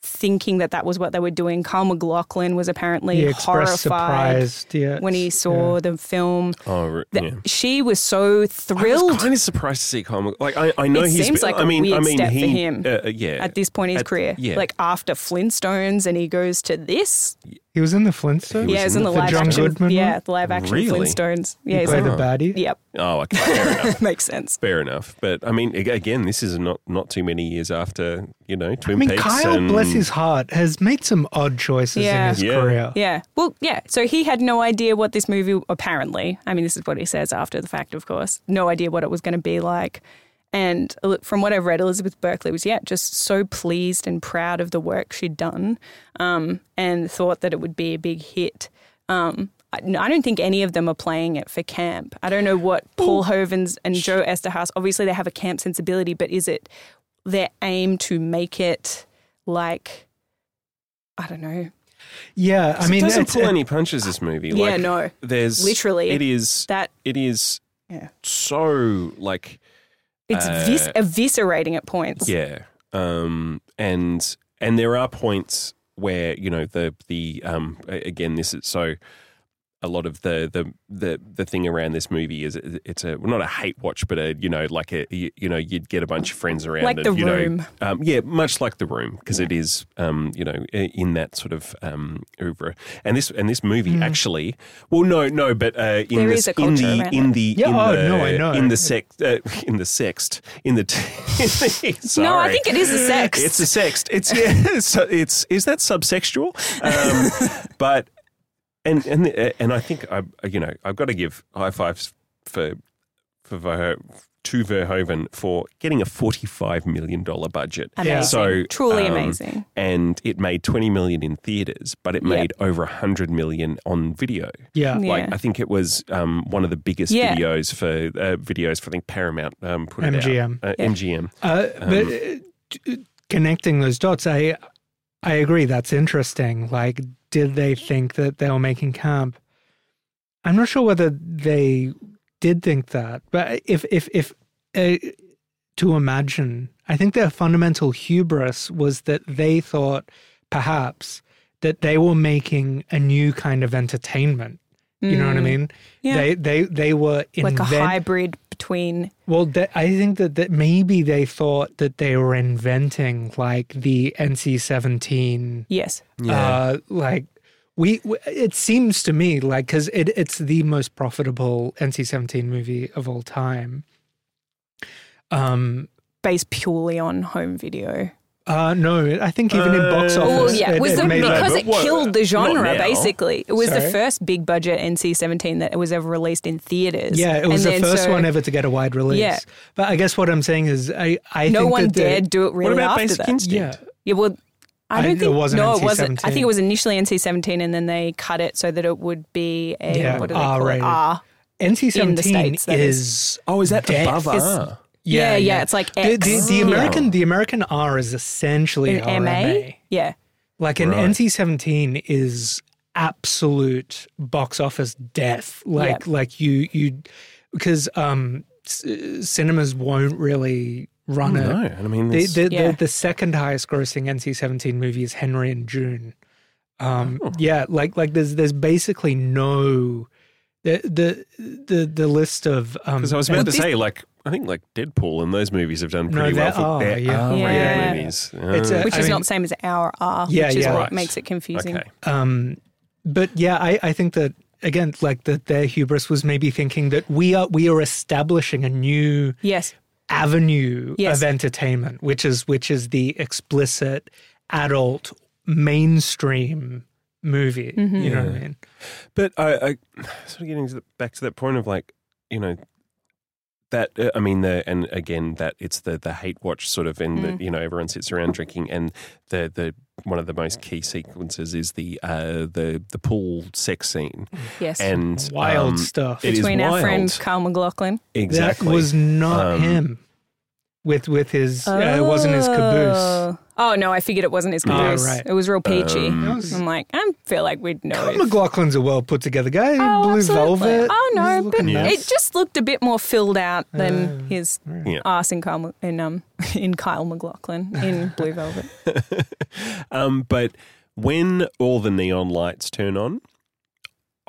S3: thinking that that was what they were doing. Carl McLaughlin was apparently
S2: he expressed
S3: horrified
S2: surprise yeah,
S3: when he saw the film.
S1: oh, re-
S3: That
S1: yeah.
S3: She was so
S1: I
S3: thrilled
S1: was kind of surprised to see Carl. Like I, I know
S3: It
S1: he's.
S3: seems
S1: been-
S3: like
S1: I
S3: a
S1: mean, I
S3: weird
S1: mean,
S3: step for
S1: he,
S3: him
S1: Uh, uh, yeah,
S3: at this point in his
S1: At-
S3: career.
S1: yeah.
S3: Like after Flintstones, and he goes to this.
S2: He was in the Flintstones.
S1: He
S3: yeah,
S1: was
S3: it was
S1: in
S3: in
S1: the
S3: the live
S2: John
S3: action.
S2: Goodman
S3: yeah,
S2: one?
S3: the live action
S1: Really?
S3: Flintstones. Yeah,
S2: He
S3: he's
S2: played
S3: like,
S2: a baddie.
S3: yep,
S1: oh, okay, fair enough.
S3: makes sense.
S1: Fair enough, but I mean, ag- again, this is not not too many years after you know Twin
S2: I mean,
S1: Peaks.
S2: Kyle,
S1: and,
S2: bless his heart, has made some odd choices
S3: Yeah.
S2: in his
S1: Yeah.
S2: career.
S3: Yeah. Well, yeah. So he had no idea what this movie, apparently, I mean, this is what he says after the fact, of course, no idea what it was going to be like. And el- from what I've read, Elizabeth Berkeley was, yeah, just so pleased and proud of the work she'd done um, and thought that it would be a big hit. Um, I, no, I don't think any of them are playing it for camp. I don't know what Paul Hovens and Joe Esterhaus, obviously they have a camp sensibility, but is it their aim to make it like, I don't know,
S2: Yeah, I mean,
S1: it doesn't
S2: it's-
S1: pull
S2: it-
S1: any punches. This movie,
S3: Yeah,
S1: like,
S3: no.
S1: There's
S3: Literally.
S1: it is
S3: that
S1: it is
S3: Yeah.
S1: so like
S3: it's
S1: Uh,
S3: vis- eviscerating at points.
S1: yeah, um, and and there are points where you know the the um a- again this is so a lot of the the the the thing around this movie is it- it's a well, not a hate watch but a you know like a you, you know you'd get a bunch of friends around
S3: Like
S1: and,
S3: The
S1: you
S3: Room.
S1: know um, yeah much like the room because it is um you know i- in that sort of um oeuvre and this and this movie actually well no no but uh, in
S3: Hmm. There
S1: this,
S3: is a
S1: in
S3: culture
S1: the
S3: around
S1: in the
S2: Yeah,
S1: in
S2: oh,
S1: the
S2: no, I know.
S1: in the sext uh, in the sext in the t- sorry.
S3: No, I think it is a sex.
S1: It's a sext. It's yeah. So it's is that subsexual? Um, but and and uh, and I think I you know I've got to give high fives for for Verho- to Verhoeven for getting a forty five million dollar budget.
S3: amazing.
S1: So
S3: Truly
S1: um,
S3: amazing.
S1: And it made twenty million in theaters, but it
S3: Yeah.
S1: made over hundred million on video.
S2: yeah,
S3: Yeah.
S1: Like I think it was um, one of the biggest
S3: Yeah.
S1: videos for uh, videos for I think Paramount um, put it
S2: MGM.
S1: out. Uh,
S3: Yeah.
S1: MGM.
S2: Uh, but uh, t- connecting those dots, I I agree. That's interesting. Like, did they think that they were making camp? I'm not sure whether they did think that, but if if if uh, to imagine, I think their fundamental hubris was that they thought perhaps that they were making a new kind of entertainment. You know what I mean?
S3: Mm. Yeah.
S2: They they they were
S3: like a
S2: invent-
S3: hybrid between
S2: well, th I think that, that maybe they thought that they were inventing like the NC-17,
S3: yes,
S2: uh, like we, w It seems to me like because it, it's the most profitable NC-17 movie of all time. Um.
S3: based purely on home video.
S2: Uh, no, I think even in box
S1: Uh,
S2: office,
S3: Oh yeah,
S2: it,
S3: was
S2: it
S3: the,
S2: made
S1: No,
S3: because
S1: but
S3: it
S1: what-
S3: killed the genre
S1: not now.
S3: basically. It was
S2: Sorry?
S3: the first big budget NC-17 that was ever released in theaters.
S2: yeah, it was
S3: And
S2: the
S3: then
S2: first
S3: so
S2: one ever to get a wide release.
S3: Yeah.
S2: But I guess what I'm saying is, I, I
S3: No
S2: think
S3: one
S2: that they-
S3: dared do it really
S1: what about
S3: after
S1: Basic
S3: that.
S2: Yeah,
S1: Instinct?
S3: Yeah, well, I
S2: I-
S3: don't
S2: it
S3: think
S2: wasn't
S3: no, it wasn't. I
S2: NC-17.
S3: think it was initially NC-17, and then they cut it so that it would be a
S2: Yeah,
S3: what do they call it?
S2: R-rated.
S3: R.
S2: NC-17
S3: States, that is.
S2: is
S1: Oh, is that
S2: death.
S1: above R?
S3: Yeah, yeah, it's like
S2: the, the,
S3: X.
S2: the
S3: Yeah.
S2: American the American R is essentially
S3: An
S2: RMA.
S3: MA. Yeah,
S2: Like an
S1: Right.
S2: NC seventeen is absolute box office death. Like like you you because um c- cinemas won't really run
S1: No,
S2: it.
S1: and I mean,
S2: The
S1: there's-
S2: the,
S3: Yeah.
S2: the the second highest grossing NC seventeen movie is Henry and June. Um,
S1: Oh.
S2: yeah, like like there's there's basically no the the the the list of um
S1: Because I was about to say, like, I think like Deadpool and those movies have done
S2: No,
S1: pretty well
S2: they
S1: for
S2: are,
S1: their
S2: yeah.
S1: R-rated
S3: Yeah.
S1: movies. Um,
S2: It's a-
S3: which
S2: I
S3: is
S2: mean-
S3: not the same as our R,
S2: Yeah,
S3: which is
S2: yeah.
S3: what
S1: Right.
S3: makes it confusing.
S1: okay.
S2: Um, but yeah, I, I think that again, like that their hubris was maybe thinking that we are we are establishing a new
S3: Yes,
S2: avenue
S3: Yes.
S2: of entertainment, which is which is the explicit adult mainstream movie. You know what
S1: Mm-hmm.
S2: I mean?
S1: But I, I sort of getting to the, back to that point of like, you know, that uh, I mean, the and again that it's the the hate watch sort of, and the, you know, everyone sits around drinking, and the the one of the most key sequences is the uh, the the pool sex scene,
S3: yes.
S1: and
S2: Wild
S1: um,
S2: stuff.
S1: it is
S3: Between our
S1: wild.
S3: friend Carl McLaughlin.
S1: exactly
S2: That was not
S1: Um,
S2: him. With with his uh, it wasn't his caboose.
S3: Oh. Oh no, I figured it wasn't his
S2: Yeah,
S3: caboose.
S2: right.
S3: It was real peachy.
S1: Um,
S2: That was-
S3: I'm like, I feel like we'd know. if-
S2: McLaughlin's a well put together guy.
S3: Oh,
S2: Blue
S3: absolutely.
S2: velvet.
S3: Oh
S2: He's
S3: no, but
S2: looking nice.
S3: it just looked a bit more filled out than his
S1: Yeah.
S3: arse in Kyle, in um in Kyle McLaughlin in Blue Velvet.
S1: Um, but when all the neon lights turn on,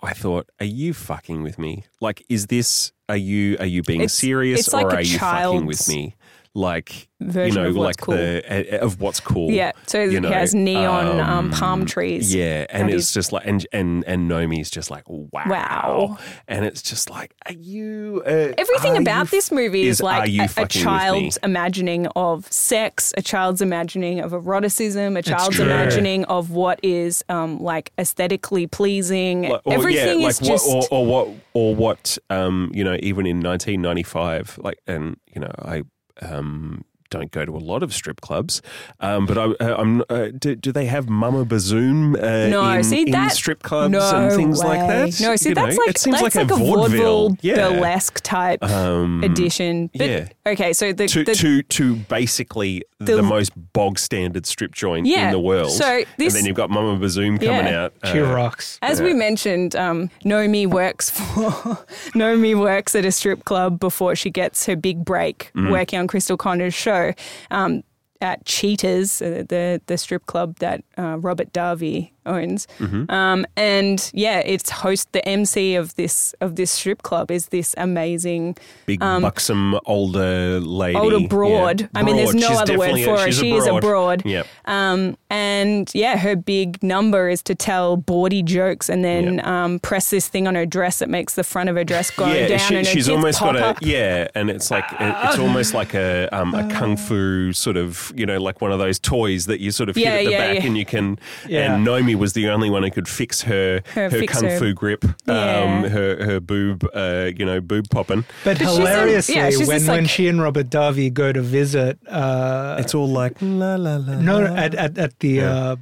S1: I thought, "Are you fucking with me? Like, is this? Are you? Are you being
S3: It's-
S1: serious,
S3: it's
S1: or
S3: like a
S1: are you fucking with
S3: child's
S1: me? Like, you
S3: version
S1: know,
S3: of what's
S1: like the uh, of what's cool?
S3: Yeah, so
S1: you
S3: he
S1: know,
S3: has neon um, palm trees.
S1: Yeah, and
S3: That
S1: it's
S3: is-
S1: just like, and and and Nomi's just like, wow,
S3: Wow.
S1: and it's just like, are you? Uh,
S3: Everything
S1: are you
S3: about
S1: f-
S3: this movie is,
S1: is, are
S3: like
S1: you
S3: a- a,
S1: fucking with me?
S3: child's imagining of sex, a child's imagining of eroticism, a child's
S2: true.
S3: imagining of what is um, like aesthetically pleasing.
S1: Like, or,
S3: Everything
S1: yeah,
S3: is
S1: like
S3: just
S1: what, or, or what or what um you know even in 1995 like and you know I um, don't go to a lot of strip clubs, um, but I, uh, I'm. Uh, do, do they have Mama Bazoom uh,
S3: No,
S1: in,
S3: see,
S1: in
S3: that-
S1: strip clubs
S3: no
S1: and things like
S3: way.
S1: that?
S3: No, see,
S1: You know,
S3: that's like
S1: it seems
S3: that's
S1: like, a vaudeville, yeah.
S3: burlesque type
S1: Um,
S3: edition. But,
S1: yeah.
S3: Okay, so the,
S1: to,
S3: the
S1: to to basically the,
S3: the-
S1: most bog standard strip joint
S3: Yeah,
S1: in the world.
S3: so
S1: and
S3: this-
S1: then you've got Mama Bazoom coming
S3: Yeah.
S1: out.
S2: She
S1: uh,
S2: rocks.
S3: As we mentioned, um, Nomi works for Nomi works at a strip club before she gets her big break
S1: Mm-hmm.
S3: working on Crystal Connor's show um, at Cheetahs, uh, the the strip club that uh, Robert Darby owns.
S1: Mm-hmm.
S3: Um, and yeah, it's host the MC of this of this strip club is this amazing
S1: big buxom older lady,
S3: Um, older
S1: Yeah.
S3: broad. I mean, there's
S1: Broad.
S3: no
S1: She's
S3: other word
S1: definitely a-
S3: for it.
S1: she's
S3: She is a broad.
S1: Yep.
S3: Um, and yeah, her big number is to tell bawdy jokes and then
S1: Yep.
S3: um, press this thing on her dress that makes the front of her dress go
S1: yeah,
S3: down
S1: she-
S3: and her
S1: she's
S3: tits
S1: almost
S3: pop
S1: got a
S3: up.
S1: yeah, and it's like it- it's almost like a um, a
S3: Uh.
S1: kung fu sort of you know like one of those toys that you sort of
S3: Yeah,
S1: hit at the
S3: yeah,
S1: back
S3: yeah.
S1: and you can.
S2: Yeah.
S1: And Nomi was the only one who could fix her her,
S3: Her- fix
S1: kung
S3: her-
S1: fu grip,
S3: Yeah.
S1: um, her her boob, uh, you know, boob popping.
S2: But,
S3: she's a-
S2: hilariously,
S3: yeah, she's
S2: when,
S3: just
S2: when
S3: like-
S2: she and Robert Darby go to visit, uh,
S1: It's all like la la la.
S2: no, at at, at the.
S1: Yeah.
S2: Uh,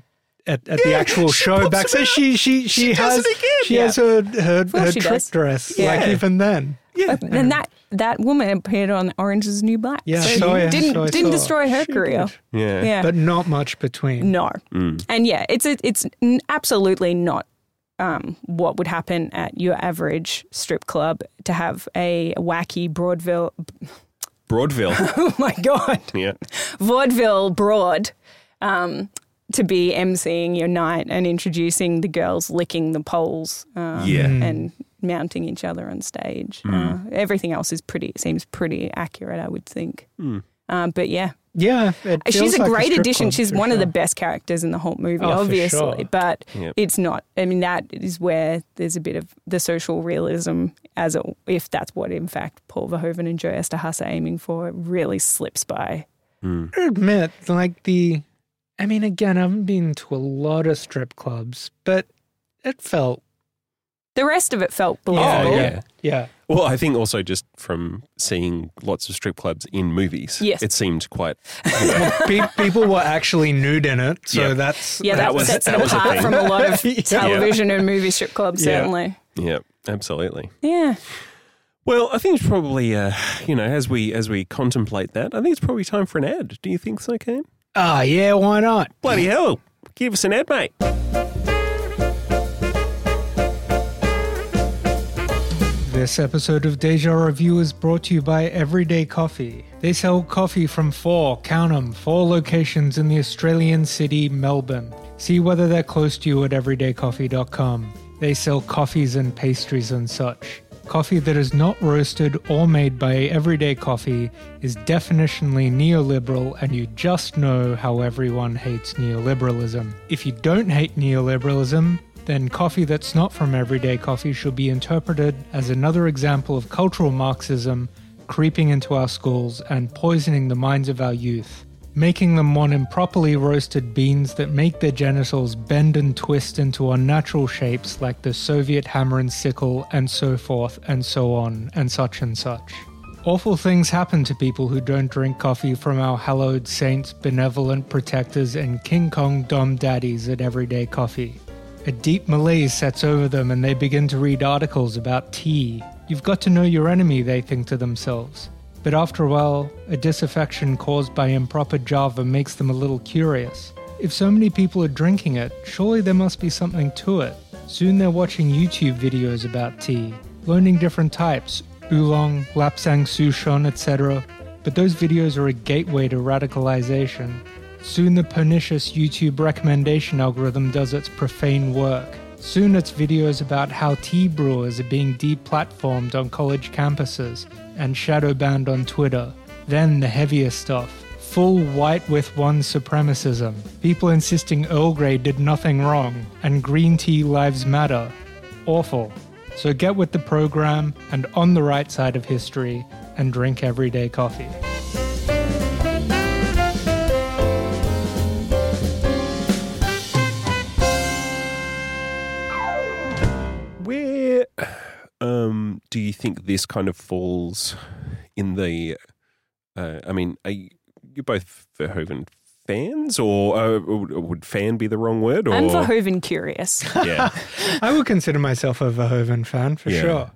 S2: at, at the
S1: Yeah,
S2: actual
S1: she
S2: show
S1: pops
S2: back, so
S1: it
S2: she she she,
S1: She does
S2: has
S1: it again.
S2: she
S3: Yeah.
S2: has her her, her
S3: she
S2: trick
S3: does.
S2: dress. Like
S1: Yeah.
S2: even then,
S1: yeah.
S3: And that that woman appeared on Orange Is the New Black.
S2: Yeah,
S3: so
S2: so I-
S3: didn't
S2: so I
S3: didn't
S2: saw.
S3: destroy her career.
S1: yeah, Mm.
S3: Yeah,
S2: but not much between.
S3: no, and yeah, it's a, it's n- absolutely not. Um, what would happen at your average strip club to have a wacky Broadville?
S1: Broadville.
S3: Oh my god!
S1: yeah,
S3: vaudeville broad um, to be emceeing your night and introducing the girls licking the poles um,
S1: Yeah.
S2: Mm.
S1: Mm.
S3: and mounting each other on stage. Uh, everything else is pretty seems pretty accurate, I would think.
S1: Mm.
S3: Um, but yeah,
S2: Yeah, it
S3: she's
S2: feels
S3: a
S2: like
S3: great
S2: strip
S3: addition.
S2: club,
S3: She's
S2: for
S3: one of the
S2: sure.
S3: best characters in the whole movie,
S2: Oh, for
S3: obviously.
S2: sure.
S3: But
S1: Yep.
S3: it's not. I mean, that is where there's a bit of the social realism, as it, if that's what in fact Paul Verhoeven and Joe Esther Huss are aiming for, it really slips by.
S1: Hmm.
S2: I admit, like the, I mean, again, I've been to a lot of strip clubs, but it felt
S3: The rest of it felt
S1: yeah,
S3: believable. Oh,
S1: yeah.
S2: yeah.
S1: Well, I think also just from seeing lots of strip clubs in movies,
S3: Yes.
S1: it seemed quite.
S2: Pe- people were actually nude in it, so
S1: Yeah.
S2: that's
S3: Yeah, that,
S1: That was-
S3: sets
S1: that
S3: it
S1: was a
S3: apart
S1: thing.
S3: from a lot of
S2: Yeah.
S3: television and movie strip clubs,
S2: Yeah.
S3: certainly.
S1: Yeah, absolutely.
S3: Yeah.
S1: Well, I think it's probably uh, you know as we as we contemplate that, I think it's probably time for an ad. Do you think so, Cam?
S2: ah yeah, why not?
S1: Bloody hell! Give us an ad, mate.
S2: This episode of Deja Review is brought to you by Everyday Coffee. They sell coffee from four, count 'em, four locations in the Australian city, Melbourne. See whether they're close to you at everydaycoffee.com. They sell coffees and pastries and such. Coffee that is not roasted or made by Everyday Coffee is definitionally neoliberal, and you just know how everyone hates neoliberalism. If you don't hate neoliberalism, then coffee that's not from everyday coffee should be interpreted as another example of cultural Marxism creeping into our schools and poisoning the minds of our youth, making them want improperly roasted beans that make their genitals bend and twist into unnatural shapes like the Soviet hammer and sickle, and so forth and so on, and such and such. Awful things happen to people who don't drink coffee from our hallowed saints, benevolent protectors, and King Kong dumb daddies at Everyday Coffee. A deep malaise sets over them and they begin to read articles about tea. You've got to know your enemy, they think to themselves. But after a while, a disaffection caused by improper Java makes them a little curious. If so many people are drinking it, surely there must be something to it. Soon they're watching YouTube videos about tea, learning different types oolong, lapsang souchon, etc. But those videos are a gateway to radicalization. Soon the pernicious YouTube recommendation algorithm does its profane work. Soon it's videos about how tea brewers are being deplatformed on college campuses and shadow banned on Twitter. Then the heavier stuff. Full white with one supremacism. People insisting Earl Grey did nothing wrong and green tea lives matter. Awful. So get with the program and on the right side of history and drink everyday coffee.
S1: Where um, do you think this kind of falls in the Uh, I mean, are you, you're both Verhoeven fans, or uh, would would fan be the wrong word? Or
S3: I'm Verhoeven curious.
S1: yeah,
S2: I would consider myself a Verhoeven fan for
S1: Yeah.
S2: sure.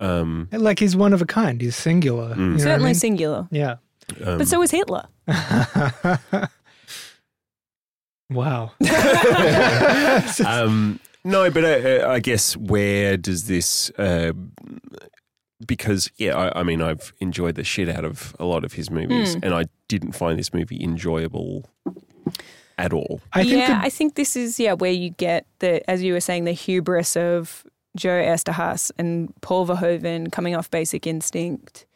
S1: um,
S2: Like he's one of a kind. He's singular.
S1: Mm.
S2: you know what I
S3: Certainly
S2: mean?
S3: singular.
S2: Yeah.
S1: um,
S3: But so is Hitler.
S2: wow.
S1: um, no, but uh, I, I guess where does this? Uh, because yeah, I, I mean, I've enjoyed the shit out of a lot of his movies,
S3: Hmm.
S1: and I didn't find this movie enjoyable at all.
S2: I think
S3: yeah,
S2: the-
S3: I think this is yeah where you get the as you were saying the hubris of Joe Esterhaas and Paul Verhoeven coming off Basic Instinct,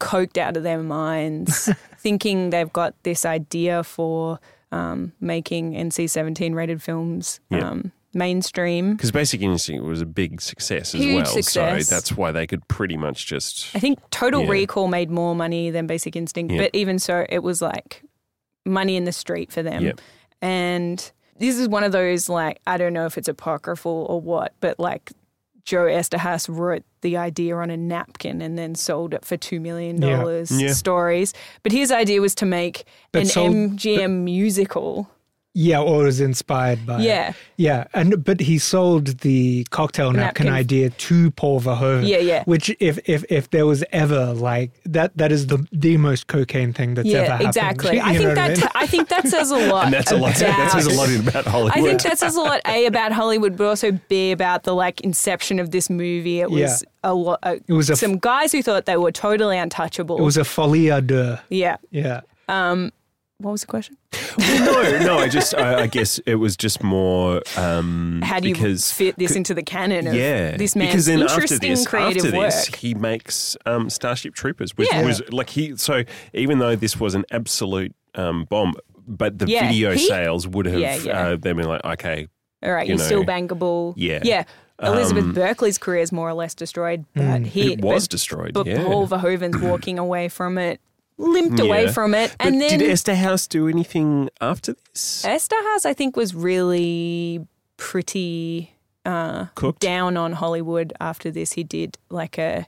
S3: coked out of their minds, thinking they've got this idea for um, making NC-17 rated films
S1: Yeah.
S3: um, mainstream.
S1: Because Basic Instinct was a big success as
S3: Huge
S1: well,
S3: success.
S1: so that's why they could pretty much just
S3: I think Total
S1: Yeah.
S3: Recall made more money than Basic Instinct,
S1: Yeah.
S3: but even so, it was like money in the street for them.
S1: Yeah.
S3: And this is one of those like I don't know if it's apocryphal or what, but like Joe Esterhaas wrote the idea on a napkin and then sold it for two million dollars
S1: Yeah. Yeah.
S3: stories. But his idea was to make
S2: That
S3: an
S2: sold-
S3: MGM musical.
S2: yeah, or was inspired by. it.
S3: Yeah.
S2: Yeah, and but he sold the cocktail napkin,
S3: Napkin.
S2: idea to Paul Verhoeven.
S3: Yeah, yeah.
S2: Which, if if if there was ever like that, that is the the most cocaine thing that's ever
S3: Yeah,
S2: happened.
S3: exactly.
S2: You
S3: I
S2: know
S3: think
S2: what
S3: that
S2: mean?
S3: I think that says a lot.
S1: and that's a lot. That says a
S3: about-
S1: lot about Hollywood.
S3: I think that says a lot a about Hollywood, but also b about the like inception of this movie. It was a lot. A,
S2: It was a f-
S3: some guys who thought they were totally untouchable.
S2: it was a folie à deux.
S3: yeah. Um,
S2: Yeah,
S3: What was the question?
S1: no, no. I just, I, I guess it was just more. Um,
S3: How do you
S1: because,
S3: fit this into the canon of
S1: Yeah,
S3: this man's
S1: because then
S3: interesting
S1: after this,
S3: creative
S1: after this,
S3: work?
S1: he makes um, Starship Troopers, which
S3: Yeah.
S1: was like he. So even though this was an absolute um, bomb, but the
S3: Yeah,
S1: video
S3: he-
S1: sales would have
S3: Yeah, yeah.
S1: Uh, they'd been like, okay,
S3: All right,
S1: you
S3: you're still
S1: know,
S3: bangable.
S1: yeah.
S3: Yeah. Elizabeth
S1: Um, Mm,
S3: Berkeley's career is more or less destroyed, but he
S1: it was
S3: but,
S1: destroyed.
S3: but
S1: yeah.
S3: Paul Verhoeven's walking away from it, limped away
S1: Yeah.
S3: from it,
S1: But
S3: and then Uh,
S1: did Esther House do anything after this?
S3: Esterhaz, I think, was really pretty uh,
S1: Cooked?
S3: down on Hollywood after this. He did like a,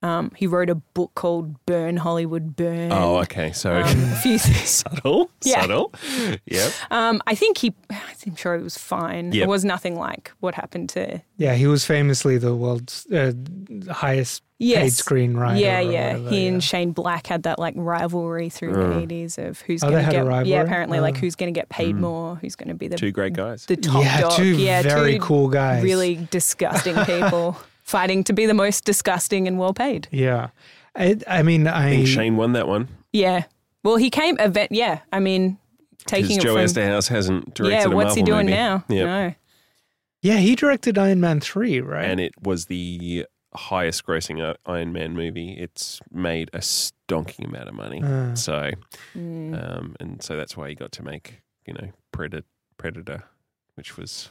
S3: um, he wrote a book called Burn Hollywood Burn.
S1: Oh, okay. So
S3: Um, a few things.
S1: subtle,
S3: Yeah.
S1: subtle. Yep.
S3: Um, I think he, I'm sure he was fine.
S1: Yep.
S3: It was nothing like what happened to.
S2: yeah. He was famously the world's uh, highest paid
S3: Yes.
S2: screenwriter.
S3: yeah,
S2: or
S3: yeah.
S2: whatever,
S3: he
S2: yeah.
S3: and Shane Black had that like rivalry through the
S1: Mm.
S3: 80s of who's
S2: Oh, they
S3: going to
S2: had a
S3: get.
S2: rivalry?
S3: Yeah, apparently, like
S2: Oh.
S3: who's going to get paid more, who's going to be the,
S1: Two great guys.
S3: the top
S2: yeah,
S3: dog.
S2: two
S3: yeah,
S2: very
S3: two
S2: cool guys.
S3: really disgusting people fighting to be the most disgusting and well paid.
S2: Yeah. I, I mean, I,
S1: I think Shane won that one
S3: Yeah. Well, he came event. Yeah, I mean,
S1: because
S3: taking
S1: Joe
S3: it from.
S1: Esterhouse hasn't directed
S3: Yeah,
S1: a
S3: what's he
S1: Marvel
S3: doing
S1: movie.
S3: now?
S1: Yep.
S3: No.
S2: yeah, he directed Iron Man 3, right?
S1: And it was the highest grossing uh, Iron Man movie. It's made a stonking amount of money.
S2: Uh.
S1: So,
S3: Mm.
S1: um, and so that's why he got to make, you know, Predator, Predator which was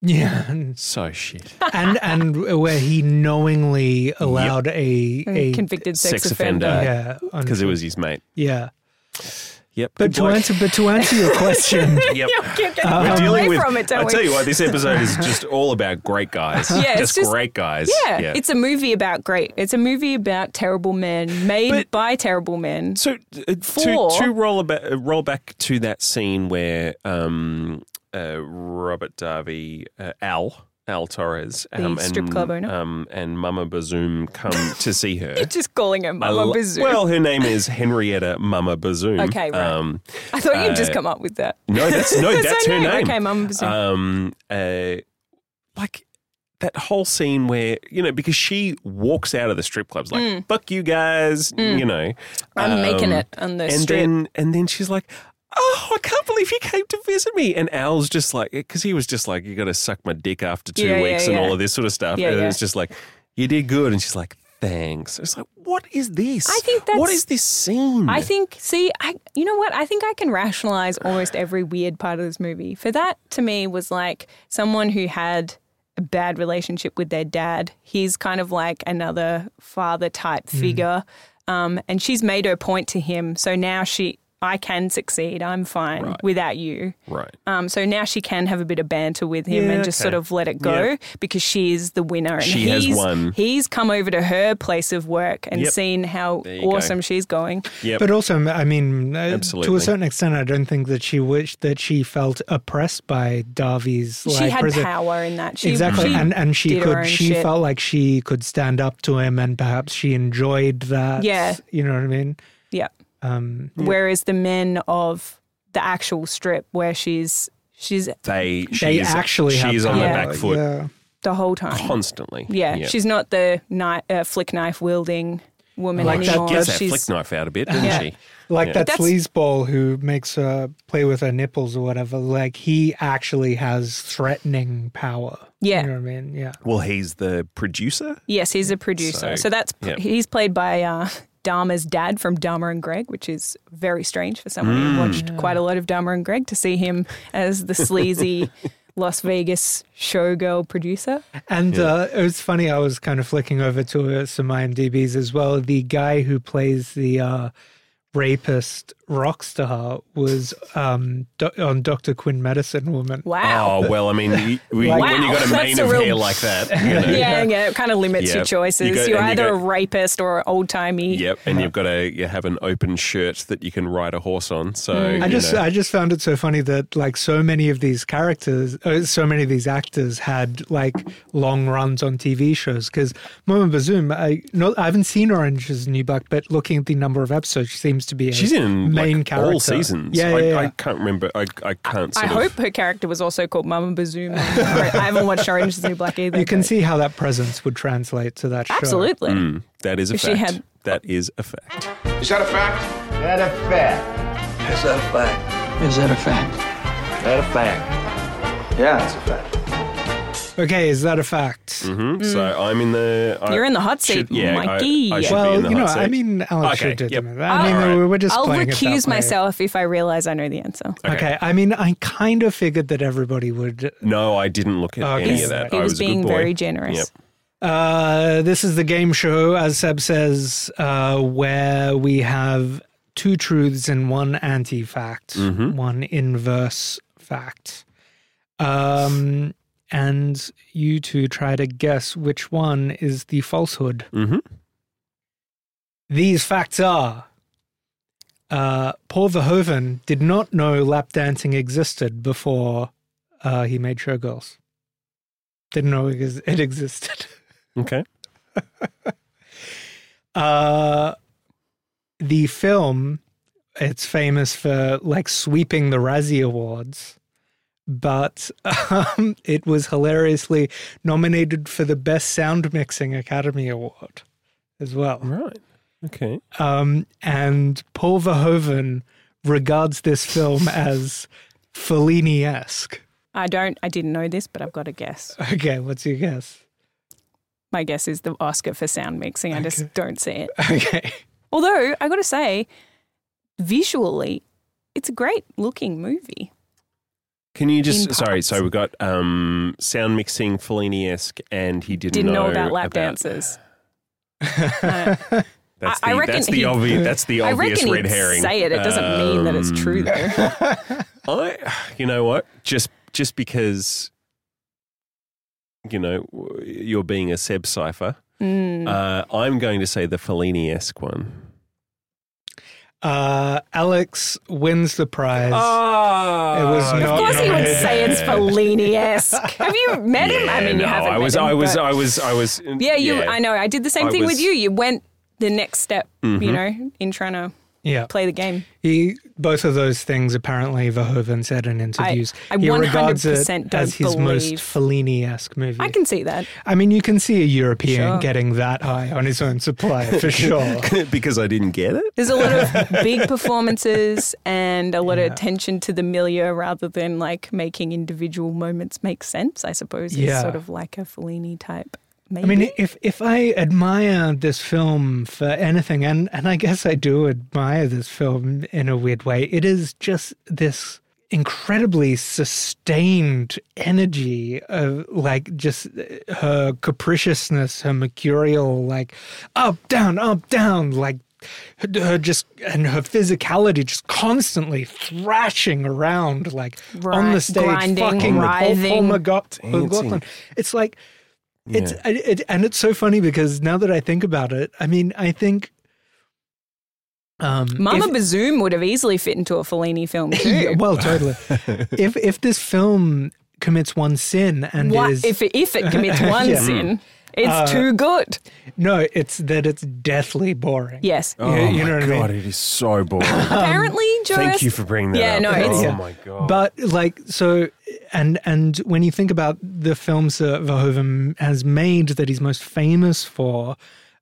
S2: yeah. And,
S1: so shit.
S2: and and where he knowingly allowed a,
S3: A
S2: a
S3: convicted sex,
S1: sex
S3: offender.
S1: offender.
S2: yeah, on-
S1: Because it was his mate.
S2: yeah.
S1: Yep.
S2: But to answer but to answer your question,
S1: Yep.
S3: Yeah, we keep getting
S2: We're
S1: We're
S3: away
S1: dealing with.
S3: from it, don't
S1: I
S3: we?
S1: tell you what, this episode is just all about great guys.
S3: Yeah, it's
S1: just,
S3: just-
S1: great guys.
S3: yeah, it's a movie about great. It's a movie about terrible men, made
S1: But-
S3: by terrible men.
S1: So uh, to,
S3: Four.
S1: to roll about, uh, roll back to that scene where um, uh, Robert Darby, uh, Al Al Torres,
S3: The strip club owner.
S1: um, and Mama Bazoom come to see her.
S3: Just calling him Mama
S1: Al-
S3: Bazoo.
S1: Well, her name is Henrietta Mama Bazoom.
S3: Okay, right.
S1: Um,
S3: I thought you'd just
S1: uh,
S3: come up with that.
S1: no, that's no, that's,
S3: That's her
S1: her
S3: name.
S1: name.
S3: Okay, Mama Bazoom.
S1: Um, uh, like that whole scene where you know because she walks out of the strip clubs like "fuck you guys," you know.
S3: Mm. I'm making
S1: um,
S3: it on the
S1: and
S3: strip.
S1: then and then she's like, "Oh, I can't believe you came to visit me." And Al's just like, because he was just like, "You got to suck my dick after two
S3: Yeah, yeah,
S1: weeks and
S3: yeah.
S1: all of this sort of stuff."
S3: Yeah,
S1: and
S3: yeah.
S1: it's just like, "You did good," and she's like, "Thanks." It's like, what is this?
S3: I think
S1: what
S3: that's-
S1: is this scene?
S3: I think. See, I. You know what? I think I can rationalize almost every weird part of this movie. For that, to me, was like someone who had a bad relationship with their dad. He's kind of like
S1: Hmm.
S3: another father type figure, um, and she's made her point to him. So now she. I can succeed. I'm fine
S1: Right.
S3: without you.
S1: Right.
S3: Um, so now she can have a bit of banter with him
S1: Yeah,
S3: and just
S1: okay.
S3: sort of let it go
S1: Yeah.
S3: because she is the winner. And
S1: She has
S3: he's-
S1: won.
S3: He's come over to her place of work and
S1: Yep.
S3: seen how
S1: There you go.
S3: awesome she's going.
S1: Yep.
S2: But also, I mean, uh, to
S1: Absolutely.
S2: a certain extent, I don't think that she wished that she felt oppressed by Darby's like
S3: she had
S2: prison.
S3: power in that. She,
S2: Exactly,
S3: She,
S2: and and she
S3: did her
S2: could
S3: own
S2: she
S3: shit.
S2: felt like she could stand up to him, and perhaps she enjoyed that.
S3: Yeah.
S2: you know what I mean.
S3: yeah.
S2: Um,
S3: Whereas the men of the actual strip where she's she's
S1: they she
S2: they
S1: is,
S2: actually
S1: she
S2: have
S1: is on
S2: power.
S1: the
S3: Yeah.
S1: back foot
S2: Yeah.
S3: the whole time.
S1: constantly.
S3: Oh, Yeah, she's not the knife, uh, flick knife wielding woman
S2: Like that-
S3: anymore.
S1: gets that
S3: she's
S1: flick knife out a bit, doesn't
S3: Yeah.
S1: she?
S2: Like
S1: Yeah.
S2: that
S3: But that's-
S2: sleazeball who makes her play with her nipples or whatever. Like he actually has threatening power.
S3: Yeah.
S2: you know what I mean. Yeah,
S1: Well, he's the producer.
S3: yes, he's a producer.
S1: So-
S3: So, that's
S1: yeah.
S3: he's played by uh, Dahmer's dad from Dahmer and Greg, which is very strange for someone who watched quite a lot of Dahmer and Greg to see him as the sleazy Las Vegas showgirl producer.
S2: And uh, it was funny. I was kind of flicking over to uh, some IMDb's as well. The guy who plays the uh, rapist rock star was um, do- on Doctor Quinn Medicine Woman.
S3: Wow.
S1: Oh well, I mean, you, we,
S2: Like-
S1: when you got a
S3: Wow.
S1: mane
S3: That's a
S1: of
S3: real-
S1: hair like that, you know,
S3: Yeah, yeah, it kind of limits
S1: Yeah.
S3: your choices.
S1: You go-
S3: You're
S1: and you
S3: either
S1: go-
S3: a rapist or old timey.
S1: Yep, and you've got to you have an open shirt that you can ride a horse on. So
S2: Mm. I
S1: you
S2: just uh,
S1: know,
S2: I just found it so funny that like so many of these characters, uh, so many of these actors had like long runs on TV shows. Because Moma Bazoom, I no, I haven't seen Orange Is the New Black, but looking at the number of episodes, she seems to be a
S1: she's in
S2: main
S1: like,
S2: character.
S1: all seasons.
S2: Yeah,
S1: I,
S2: yeah,
S1: I
S2: yeah.
S1: can't remember. I, I can't. Sort
S3: I
S1: of,
S3: hope her character was also called Mama Bazoom. I haven't watched Orange is the New Black either.
S2: you can
S3: but-
S2: see how that presence would translate to that show.
S3: Absolutely.
S1: Mm, that is a
S3: If she
S1: fact.
S3: had-
S1: that is a fact.
S4: Is that a fact?
S5: That a fact?
S6: Is that a fact?
S5: Is that a fact?
S6: That a fact? Yeah, that's a fact.
S2: Okay, is that a fact?
S1: Hmm? So I'm in the. I,
S3: Mm. You're in the hot
S1: should-
S3: seat,
S1: yeah, I-
S3: Mikey.
S1: I should be
S2: Well,
S1: in the
S2: you know,
S1: hot
S2: I
S1: seat.
S2: mean, Alex
S1: Okay,
S2: should did
S1: yep.
S2: that.
S3: Oh.
S2: I mean,
S1: Alright.
S2: we're just
S3: I'll
S2: playing it that
S3: recuse
S2: way.
S3: myself if I realize I know the answer.
S2: Okay. I mean, I kind of figured that everybody would.
S1: No, I didn't look at
S2: Oh, Okay.
S1: any
S2: He's-
S1: of that.
S3: he
S1: I
S3: was
S1: was, a
S3: being
S1: good boy.
S3: very generous.
S1: Yep.
S2: Uh, this is the game show, as Seb says, uh, where we have two truths and one anti fact, one inverse fact. Um, and you two try to guess which one is the falsehood.
S1: Mm-hmm.
S2: These facts are uh, Paul Verhoeven did not know lap dancing existed before uh, he made Showgirls. Didn't know it ex- it existed.
S1: Okay.
S2: Uh, the film, it's famous for like sweeping the Razzie Awards, but um, it was hilariously nominated for the Best Sound Mixing Academy Award as well.
S1: Right. Okay.
S2: Um, and Paul Verhoeven regards this film as Fellini esque.
S3: I don't. I didn't know this, but I've got a guess.
S2: Okay, what's your guess?
S3: My guess is the Oscar for sound mixing. I just don't see it.
S2: Okay.
S3: Although I got to say, visually, it's a great looking movie.
S1: Can you just
S3: In
S1: sorry?
S3: parts.
S1: So we've got um, sound mixing Fellini esque, and he didn't,
S3: Didn't know, about lap
S1: dances.
S3: dances. No.
S1: That's the,
S3: I- I reckon
S1: that's the
S3: he-
S1: obvious. That's the
S3: I
S1: obvious
S3: reckon
S1: red
S3: he'd
S1: herring. Um,
S3: say it. It doesn't mean that it's true though.
S1: I, you know what? Just just because, you know, w- you're being a Seb cipher,
S3: Mm.
S1: uh, I'm going to say the Fellini esque one.
S2: Uh, Alex wins the prize.
S1: Oh,
S2: It was
S3: of
S2: not
S3: course, he would say it's Fellini esque. Have you met him? I mean, you haven't.
S1: I was,
S3: met him,
S1: I was,
S3: but-
S1: I was, I was. uh,
S3: Yeah, you. I know. I did the same
S1: I
S3: thing
S1: was- Mm-hmm.
S3: with you. You went the next step. You know, in trying to
S2: Yeah.
S3: play the game.
S2: He both of those things apparently Verhoeven said in interviews.
S3: I
S2: he regards it as
S3: 100% don't
S2: his most
S3: believe-
S2: Fellini-esque movie.
S3: I can see that.
S2: I mean, you can see a European
S3: Sure.
S2: getting that high on his own supply for sure.
S1: because I didn't get it.
S3: There's a lot of big performances and a lot of attention to the milieu rather than like making individual moments make sense, I suppose.
S2: Yeah.
S3: It's sort of like a Fellini type. Maybe.
S2: I mean, if if I admire this film for anything, and and I guess I do admire this film in a weird way, it is just this incredibly sustained energy of like just uh, her capriciousness, her mercurial like up down up down like her, her just and her physicality just constantly thrashing around like on
S3: Right,
S2: the stage,
S3: grinding,
S2: fucking with Paul- Paul
S3: writhing.
S2: McGo- McLaughlin. It's like it's
S1: Yeah.
S2: it, it, and it's so funny because now that I think about it, I mean, I think. Um,
S3: Mama
S2: if-
S3: Bazoom would have easily fit into a Fellini film too.
S2: Yeah, well, totally. if if this film commits one sin and
S3: What-
S2: is
S3: if, it, if it commits one
S1: Mm.
S2: Yeah. Uh,
S3: sin, it's too good.
S2: no, it's that it's deathly boring.
S3: Yes.
S2: You- you, know what I
S1: God,
S2: mean.
S1: it is so boring.
S3: Apparently, Joe.
S1: Oh. Um, Thank
S3: S-
S1: you for bringing that
S3: Yeah,
S1: up.
S3: no,
S1: oh
S3: it's-
S1: my god.
S2: But like so, and and when you think about the films that Verhoeven has made that he's most famous for,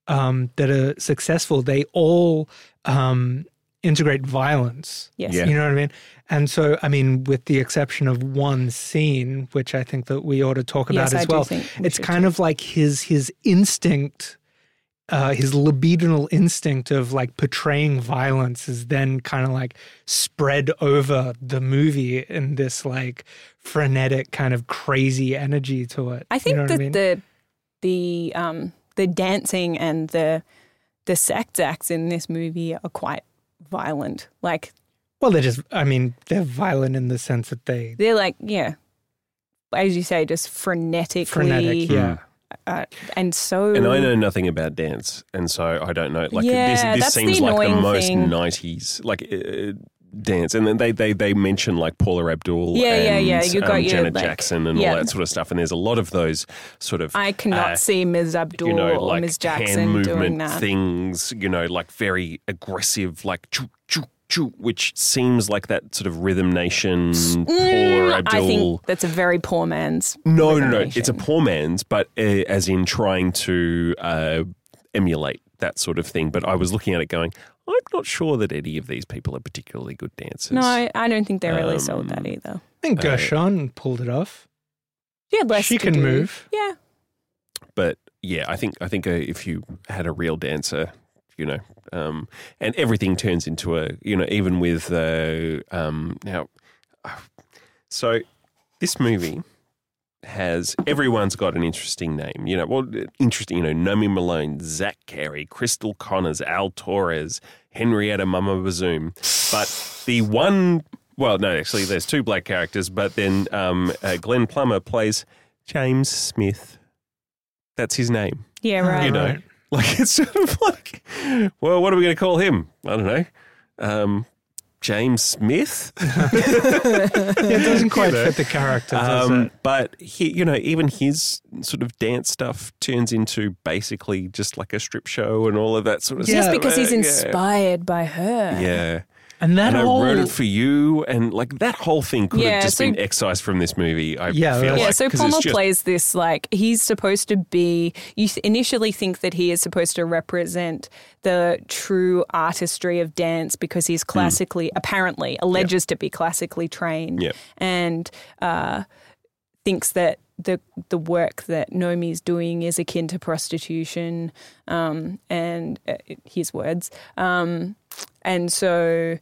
S2: um, that are successful, they all um, integrate violence.
S3: Yes.
S1: Yeah.
S2: You know what I mean? And so, I mean, with the exception of one scene, which I think that we ought to talk about
S3: Yes,
S2: as
S3: I do
S2: well,
S3: think we
S2: it's
S3: should
S2: kind of like his his instinct, uh, his libidinal instinct of like portraying violence is then kind of like spread over the movie in this like frenetic kind of crazy energy to it.
S3: I think
S2: you know
S3: that
S2: what I mean?
S3: the the um the dancing and the the sex acts in this movie are quite violent. Like
S2: well, they're just, I mean, they're violent in the sense that they
S3: they're like yeah, as you say, just frenetically
S2: frenetic, yeah.
S3: uh, and so
S1: and I know nothing about dance, and so I don't know. Like
S3: Mm. Yeah,
S1: this, this
S3: that's the
S1: seems like the
S3: annoying
S1: most
S3: thing.
S1: nineties like uh, dance. And then they they they mention like Paula Abdul,
S3: Yeah, yeah,
S1: and,
S3: yeah. You
S1: um,
S3: got your,
S1: Janet
S3: like-
S1: Jackson and
S3: yeah.
S1: all that sort of stuff. And there's a lot of those sort of
S3: I cannot
S1: uh,
S3: see Ms. Abdul
S1: you know,
S3: or
S1: like
S3: Ms.
S1: hand
S3: Jackson
S1: movement
S3: doing that.
S1: things, you know, like very aggressive, like choo, choo, choo, which seems like that sort of Rhythm Nation, Paula
S3: Mm, I
S1: Abdul.
S3: think that's a very poor man's.
S1: No, no, no.
S3: Rhythm
S1: It's a
S3: Nation.
S1: poor man's, but uh, as in trying to uh, emulate that sort of thing. But I was looking at it going, I'm not sure that any of these people are particularly good dancers.
S3: No, I, I don't think they really sold
S1: Um,
S3: that either.
S2: I think Gershon pulled it off.
S3: She had less.
S2: she
S3: to
S2: can
S3: do.
S2: move.
S3: Yeah,
S1: But yeah, I think I think uh, if you had a real dancer, you know, um, and everything turns into a, you know, even with uh, um, now, so this movie has everyone's got an interesting name. You know, well, interesting. You know, Nomi Malone, Zach Carey, Crystal Connors, Al Torres, Henrietta Mama Bazoom. But the one, well, no, actually, there's two black characters. But then um, uh, Glenn Plummer plays James Smith. That's his name.
S3: yeah, right.
S1: You know,
S2: Right.
S1: like it's sort of like, well, what are we going to call him? I don't know. Um, James Smith.
S2: Yeah, it doesn't quite
S1: know.
S2: fit the character, does
S1: Um,
S2: it?
S1: but he, you know, even his sort of dance stuff turns into basically just like a strip show and all of that sort of
S3: Just
S1: stuff.
S3: because he's
S1: Uh, yeah.
S3: inspired by her.
S1: Yeah.
S2: And that
S1: And I
S2: whole
S1: wrote it for you, and like that whole thing could
S3: Yeah,
S1: have just
S3: so-
S1: been excised from this movie. I
S2: Yeah,
S1: feel
S2: right.
S3: Yeah,
S1: like
S3: so
S1: 'cause it's
S3: Palmer
S1: just-
S3: plays this like he's supposed to be. You th- initially think that he is supposed to represent the true artistry of dance because
S1: Mm.
S3: he's classically, apparently, alleges to be classically trained,
S1: Yep.
S3: and uh, thinks that the the work that Nomi is doing is akin to prostitution, um, and uh, his words, um, and so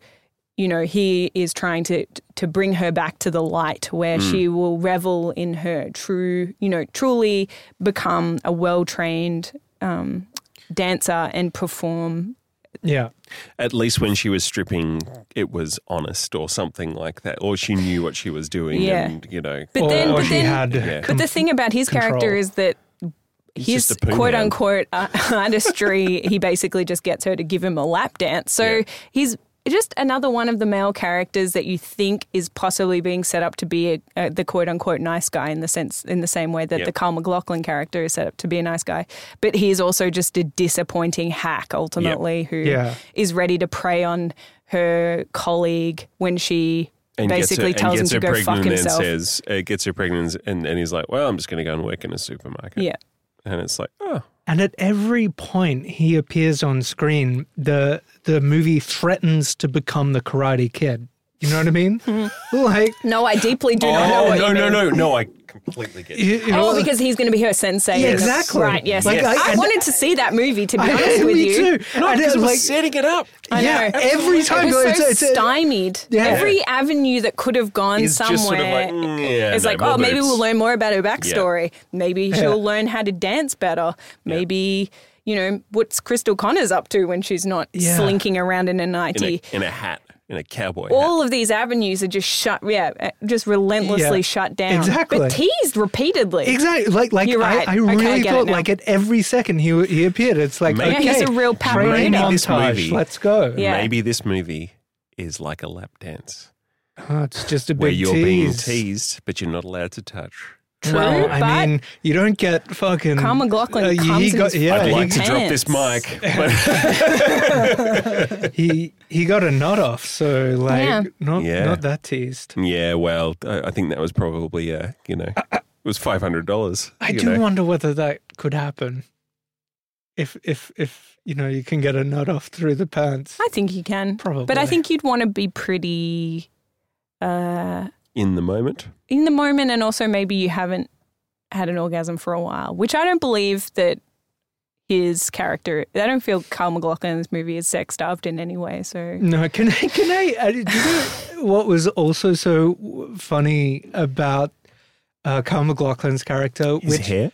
S3: you know he is trying to to bring her back to the light where she will revel in her true you know truly become a well-trained um, dancer and perform
S2: Yeah.
S1: At least when she was stripping, it was honest or something like that, or she knew what she was doing,
S3: Yeah.
S1: and you know,
S3: But
S2: Or,
S3: then-
S2: or
S3: but
S2: she
S3: then-
S2: had.
S1: Yeah.
S3: but the thing about his character
S2: Control.
S3: is that
S1: just
S3: his
S1: a poo
S3: quote
S1: man.
S3: unquote uh, artistry he basically just gets her to give him a lap dance so
S1: Yeah.
S3: he's just another one of the male characters that you think is possibly being set up to be a, uh the quote unquote nice guy in the sense in the same way that
S1: Yep.
S3: the Carl McLaughlin character is set up to be a nice guy but he is also just a disappointing hack ultimately who is
S2: Yeah.
S3: ready to prey on her colleague when she
S1: gets
S3: basically
S1: her-
S3: tells him
S1: gets
S3: to
S1: her
S3: go fuck
S1: pregnant
S3: himself
S1: And says, uh, gets her pregnant, and, and he's like, "Well, I'm just going to go and work in a supermarket."
S3: yeah
S1: and it's like, oh,
S2: And at every point he appears on screen, the the movie threatens to become the Karate Kid. You know what I mean?
S3: Hmm.
S2: like,
S3: no I deeply do not know
S1: oh,
S3: what
S1: no,
S3: you
S1: no,
S3: mean.
S1: no, no, I completely get it.
S2: you, you know,
S3: Oh, because he's going to be her sensei.
S2: Yeah,
S3: in the-
S2: exactly.
S3: Right, yes.
S2: Like,
S3: yes.
S2: I-
S3: I,
S2: and-
S3: wanted to see that movie, to be honest
S2: me
S3: with you.
S2: too. And it's like,
S1: setting it up.
S3: I know.
S2: yeah, every time
S3: It
S2: though,
S3: was
S2: it's,
S3: so
S2: it's,
S3: stymied.
S2: Yeah.
S3: Every avenue that could have gone
S1: It's
S3: somewhere
S1: just sort of like, mm, yeah,
S3: is
S1: no,
S3: like,
S1: more
S3: oh, maybe
S1: boobs.
S3: we'll learn more about her backstory. Maybe she'll
S2: Yeah.
S3: learn how to dance better. Maybe you know, what's Crystal Connors up to when she's not
S2: Yeah.
S3: slinking around in an IT?
S1: in a, in a hat, in a cowboy hat.
S3: all of these avenues are just shut, yeah, uh, just relentlessly
S2: Yeah.
S3: shut down.
S2: Exactly.
S3: But teased repeatedly.
S2: Exactly. Like, like
S3: You're right.
S2: I, I
S3: Okay, I
S2: really
S3: get it
S2: thought
S3: now.
S2: like at every second he he appeared. It's like
S1: Maybe-
S2: okay,
S3: Yeah, he's a real Power
S2: training
S1: Ranger. This movie-
S2: montage. Let's go.
S3: Yeah.
S1: Maybe this movie is like a lap dance
S2: Oh, it's just a big
S1: where you're being
S2: tease.
S1: teased, but you're not allowed to touch.
S3: True,
S2: Well,
S3: but
S2: I mean, you don't get fucking. uh,
S3: Kyle McLaughlin
S2: he
S3: comes in
S2: got,
S3: his
S2: yeah,
S1: I'd
S2: he,
S1: like to
S3: Pants.
S1: drop this mic. But
S2: he he got a nod off. So like,
S3: Yeah.
S2: not
S1: Yeah.
S2: not that teased.
S1: yeah, well, I, I think that was probably, uh, you know, it was $500.
S2: I
S1: you
S2: do
S1: know.
S2: wonder whether that could happen. If if if you know you can get a nod off through the pants.
S3: I think you can. But I
S2: Probably.
S3: think you'd want to be pretty uh,
S1: In the moment.
S3: in the moment and also maybe you haven't had an orgasm for a while, which I don't believe that his character, I don't feel Carl McLaughlin in this movie is sex starved in any way. So
S2: No, can I? Can I? I do you know what was also so w- funny about uh, Carl McLaughlin's character?
S1: His
S2: which
S1: hair?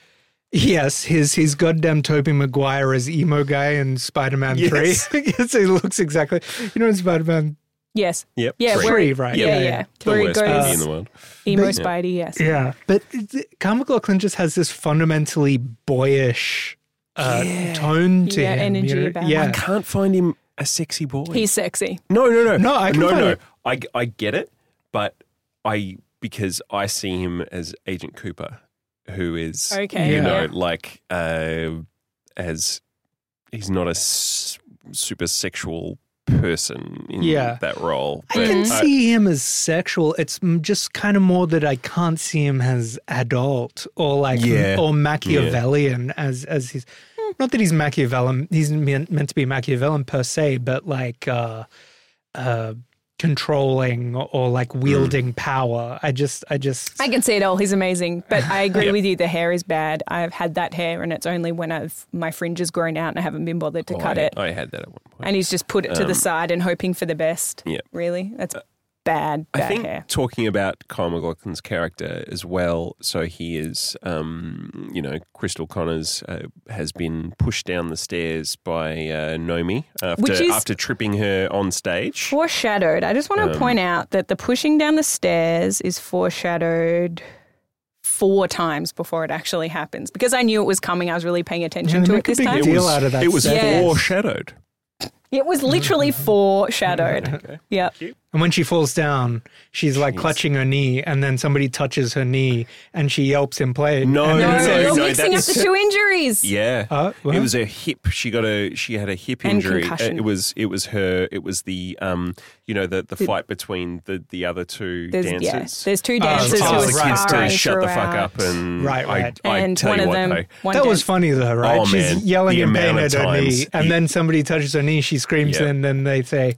S2: yes, his his goddamn Toby Maguire as emo guy in Spider Man
S1: Yes.
S2: Three. yes, he looks exactly. You know, in Spider Man
S3: yes.
S1: Yep.
S3: Yeah,
S1: Three.
S3: where-
S2: Three, right?
S3: Yeah, yeah.
S1: The
S3: Where he
S1: worst movie
S3: goes
S2: Uh,
S1: in the world.
S3: emo
S2: But-
S3: Spidey, yes.
S2: Yeah, but it- Kyle McLaughlin just has this fundamentally boyish uh, tone to
S3: Yeah,
S2: him.
S3: energy
S2: you know?
S3: about him.
S1: I
S2: Yeah,
S1: can't find him a sexy boy.
S3: He's sexy.
S1: No, no, no,
S2: No, I can
S1: no,
S2: find
S1: no.
S2: it.
S1: I, I get it, but I because I see him as Agent Cooper, who is
S3: Okay.
S1: you know
S3: Yeah.
S1: like uh, as he's not a s- super sexual person in
S2: Yeah.
S1: that role.
S2: I can
S1: but
S2: see him as sexual. It's m- just kind of more that I can't see him as adult or like
S1: Yeah.
S2: or Machiavellian as as he's not that he's Machiavellian. He's meant, meant to be Machiavellian per se, but like uh, uh, controlling or, or like
S1: Mm.
S2: wielding power. I just I just
S3: I can see it all. He's amazing. But I agree with you. The hair is bad. I've had that hair, and it's only when I've my fringe has grown out and I haven't been bothered to
S1: oh,
S3: cut
S1: I,
S3: it.
S1: I had that at one point.
S3: and he's just put it to the side and hoping for the best.
S1: Um, Yeah. Uh,
S3: Really? That's bad,
S1: I
S3: bad
S1: think
S3: hair.
S1: talking about Kyle McLaughlin's character as well. So he is, um, you know, Crystal Connors uh, has been pushed down the stairs by uh, Nomi after
S3: Which is-
S1: after tripping her on stage.
S3: Foreshadowed. I just want
S1: Um,
S3: to point out that the pushing down the stairs is foreshadowed four times before it actually happens because I knew it was coming. I was really paying attention
S2: Yeah,
S3: to
S2: make
S3: it
S2: a
S3: this
S2: big
S3: time.
S2: deal. out of that
S1: It was
S3: sentence.
S1: foreshadowed.
S3: It was literally foreshadowed. Yeah.
S2: And when she falls down, she's like clutching her knee, and then somebody touches her knee, and she yelps in play.
S1: No, no,
S2: and
S3: No,
S2: it's
S1: no,
S2: like-
S3: you're
S1: no,
S3: mixing up
S1: that's-
S3: the two injuries.
S1: Yeah,
S2: Uh, what?
S1: it was her hip. She got a she had a hip
S3: And
S1: injury. Uh,
S3: concussion.
S1: It was it was her. It was the um you know the the fight between the the other two
S3: There's,
S1: dancers.
S3: yeah, there's two
S2: Oh,
S3: dancers
S2: oh,
S3: who
S1: tells
S3: are
S1: the
S2: right.
S1: kids
S3: sparring
S1: to shut the fuck
S3: throughout.
S1: up and
S2: Right,
S1: I-
S2: right.
S1: I,
S3: and
S1: tell
S3: one
S1: you
S3: of
S1: what,
S3: them,
S1: though,
S3: one
S2: That
S3: dan-
S2: was funny though, right?
S1: Oh,
S2: she's
S1: man.
S2: yelling
S1: The
S2: in pain
S1: amount
S2: at
S1: of
S2: her knee,
S1: times
S2: and
S1: he-
S2: then somebody touches her knee. She screams,
S1: Yeah.
S2: and then they say,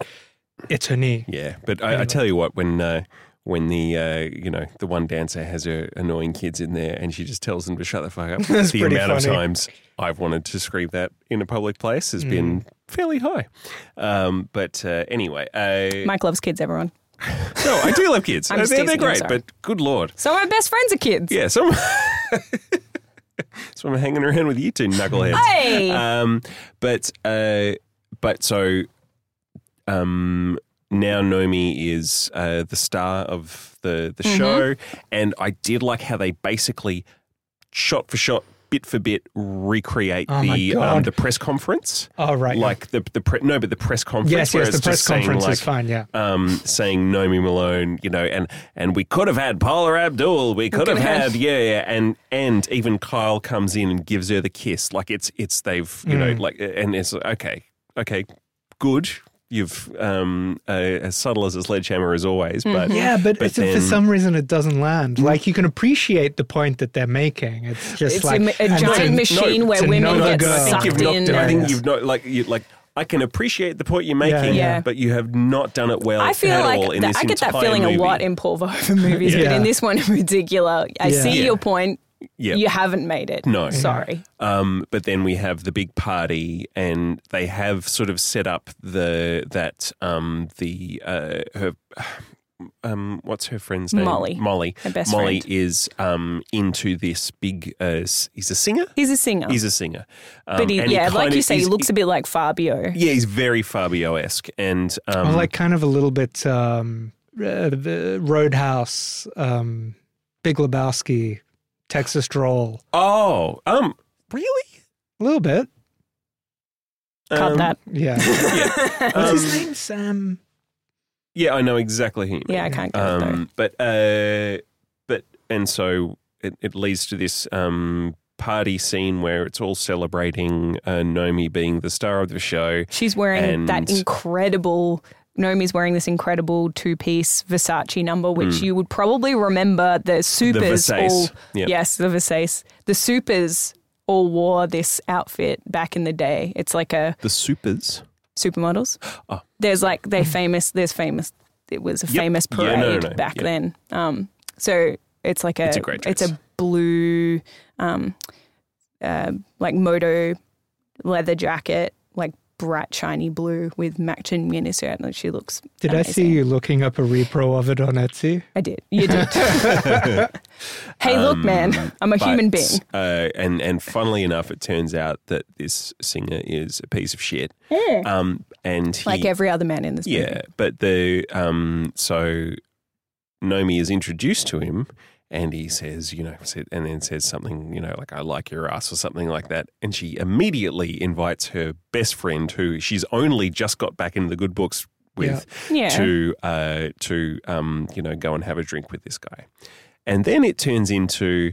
S2: "It's her knee."
S1: Yeah, but I, I tell you what, when uh, when the uh, you know the one dancer has her annoying kids in there, and she just tells them to shut the fuck up.
S2: That's
S1: the
S2: pretty
S1: amount of
S2: funny.
S1: times I've wanted to scream that in a public place has
S3: Mm.
S1: been fairly high. Um, but uh, anyway, uh,
S3: Mike loves kids, everyone.
S1: no, I do love kids.
S3: I'm
S1: Uh,
S3: just
S1: they're, they're
S3: teasing, I'm
S1: great,
S3: sorry.
S1: but good lord,
S3: So my best friends are kids.
S1: yeah. So so I'm hanging around with you two knuckleheads.
S3: Hey!
S1: Um, but uh, but so um, now Nomi is uh, the star of the the
S2: Mm-hmm.
S1: show, and I did like how they basically shot for shot, bit for bit, recreate
S2: Oh my
S1: the um,
S2: God.
S1: the press conference.
S2: Oh, right.
S1: Like the the pre- no, but the press conference.
S2: yes,
S1: where
S2: yes, the
S1: it's
S2: press
S1: just saying,
S2: conference
S1: like,
S2: is fine. Yeah,
S1: um, saying Nomi Malone, you know, and and we could have had Paula Abdul, we could have
S3: could've
S1: had yeah, yeah, and and even Kyle comes in and gives her the kiss, like it's it's they've you
S2: Hmm.
S1: know like and it's like, okay, okay, good. You've um, uh, as subtle as a sledgehammer as always, but
S2: Mm-hmm. yeah, but,
S1: but
S2: it's, for
S1: then- Hmm.
S2: some reason it doesn't land. Like you can appreciate the point that they're making. It's just
S3: It's
S2: like
S3: a, a
S2: and
S3: giant
S2: it's-
S3: machine
S2: it's
S3: where women
S2: another
S3: get
S2: girl.
S1: I
S3: sucked
S1: think you've knocked
S3: in.
S1: it. I think
S3: and-
S1: you've not like you like. I can appreciate the point you're
S2: Yeah,
S1: making,
S3: yeah.
S1: but you have not done it well.
S3: I feel
S1: at
S3: like
S1: all in
S3: that,
S1: this
S3: I get that
S1: entire
S3: feeling
S1: movie.
S3: a lot in Paul Verhoeven movies, but
S2: Yeah.
S3: in this one in particular, I
S2: Yeah.
S3: see
S1: Yeah.
S3: your point.
S1: Yeah.
S3: You haven't made it.
S1: No.
S3: sorry.
S1: Um, but then we have the big party, and they have sort of set up the that um, the uh, her um, what's her friend's name?
S3: Molly.
S1: Molly.
S3: My best
S1: Molly
S3: friend.
S1: is um, into this big. Uh, s- he's a singer.
S3: He's a singer.
S1: He's a singer. Um,
S3: but he,
S1: and
S3: yeah, like
S1: kinda
S3: you say, he
S1: is-
S3: looks a bit like Fabio.
S1: Yeah, he's very Fabio esque, and um,
S2: Well, like kind of a little bit um, uh, the Roadhouse, um, Big Lebowski, Texas Droll,
S1: oh, um, really?
S2: a little bit.
S3: Cut
S1: Um,
S3: that.
S2: Yeah.
S1: Yeah.
S2: What's
S1: Um,
S2: his name? Sam.
S1: Yeah, I know exactly who you mean.
S3: Yeah, I can't get it though.
S1: Um, but uh, but and so it, it leads to this um, party scene where it's all celebrating uh, Nomi being the star of the show.
S3: She's wearing that
S1: and-
S3: incredible. Nomi's wearing this incredible two-piece Versace number, which you would probably remember the supers
S1: Hmm. Versace,
S3: all.
S1: yeah.
S3: Yes, the Versace. The supers all wore this outfit back in the day. It's like a
S1: The supers.
S3: supermodels.
S1: Oh.
S3: There's like they famous. There's famous. It was a
S1: Yep.
S3: famous
S1: Yeah, no,
S3: parade
S1: no, no.
S3: back
S1: Yeah.
S3: then. Um, so it's like a
S1: It's a great
S3: it's
S1: dress.
S3: a blue, um, uh, like moto leather jacket, like bright shiny blue with matching miniskirt, and she looks.
S2: Did I see
S3: amazing.
S2: you looking up a repro of it on Etsy?
S3: I did. You did. hey, look, man, I'm a
S1: Um, But,
S3: human being.
S1: Uh, and and funnily enough, it turns out that this singer is a piece of shit. Um, and he,
S3: Like every other man in this movie.
S1: Yeah, but the um, so Nomi is introduced to him, and he says, you know, sa- and then says something, you know, like "I like your ass" or something like that, and she immediately invites her best friend, who she's only just got back into the good books with,
S3: Yeah.
S1: to uh, to um, you know go and have a drink with this guy, and then it turns into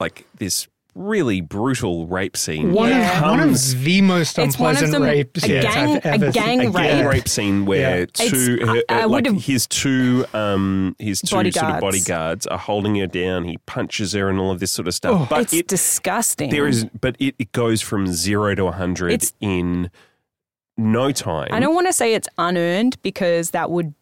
S1: like this really brutal rape scene.
S2: One,
S1: that
S2: of, one
S1: comes-
S2: of the most
S3: It's one of
S2: unpleasant
S3: them-
S2: rapes
S3: a gang-
S2: I've
S3: a
S2: ever
S3: gang
S2: seen.
S1: a gang
S3: rape.
S1: rape scene where
S2: Yeah.
S1: two
S3: It's- I-
S1: her-
S3: I
S1: like
S3: would've-
S1: his two um his two sort
S3: Bodyguards.
S1: of bodyguards are holding her down he punches her and all of this sort of stuff but
S3: Oh, it's
S1: it,
S3: disgusting.
S1: there is but it, it goes from 0 to 100
S3: It's-
S1: in no time
S3: I don't want to say it's unearned because that would.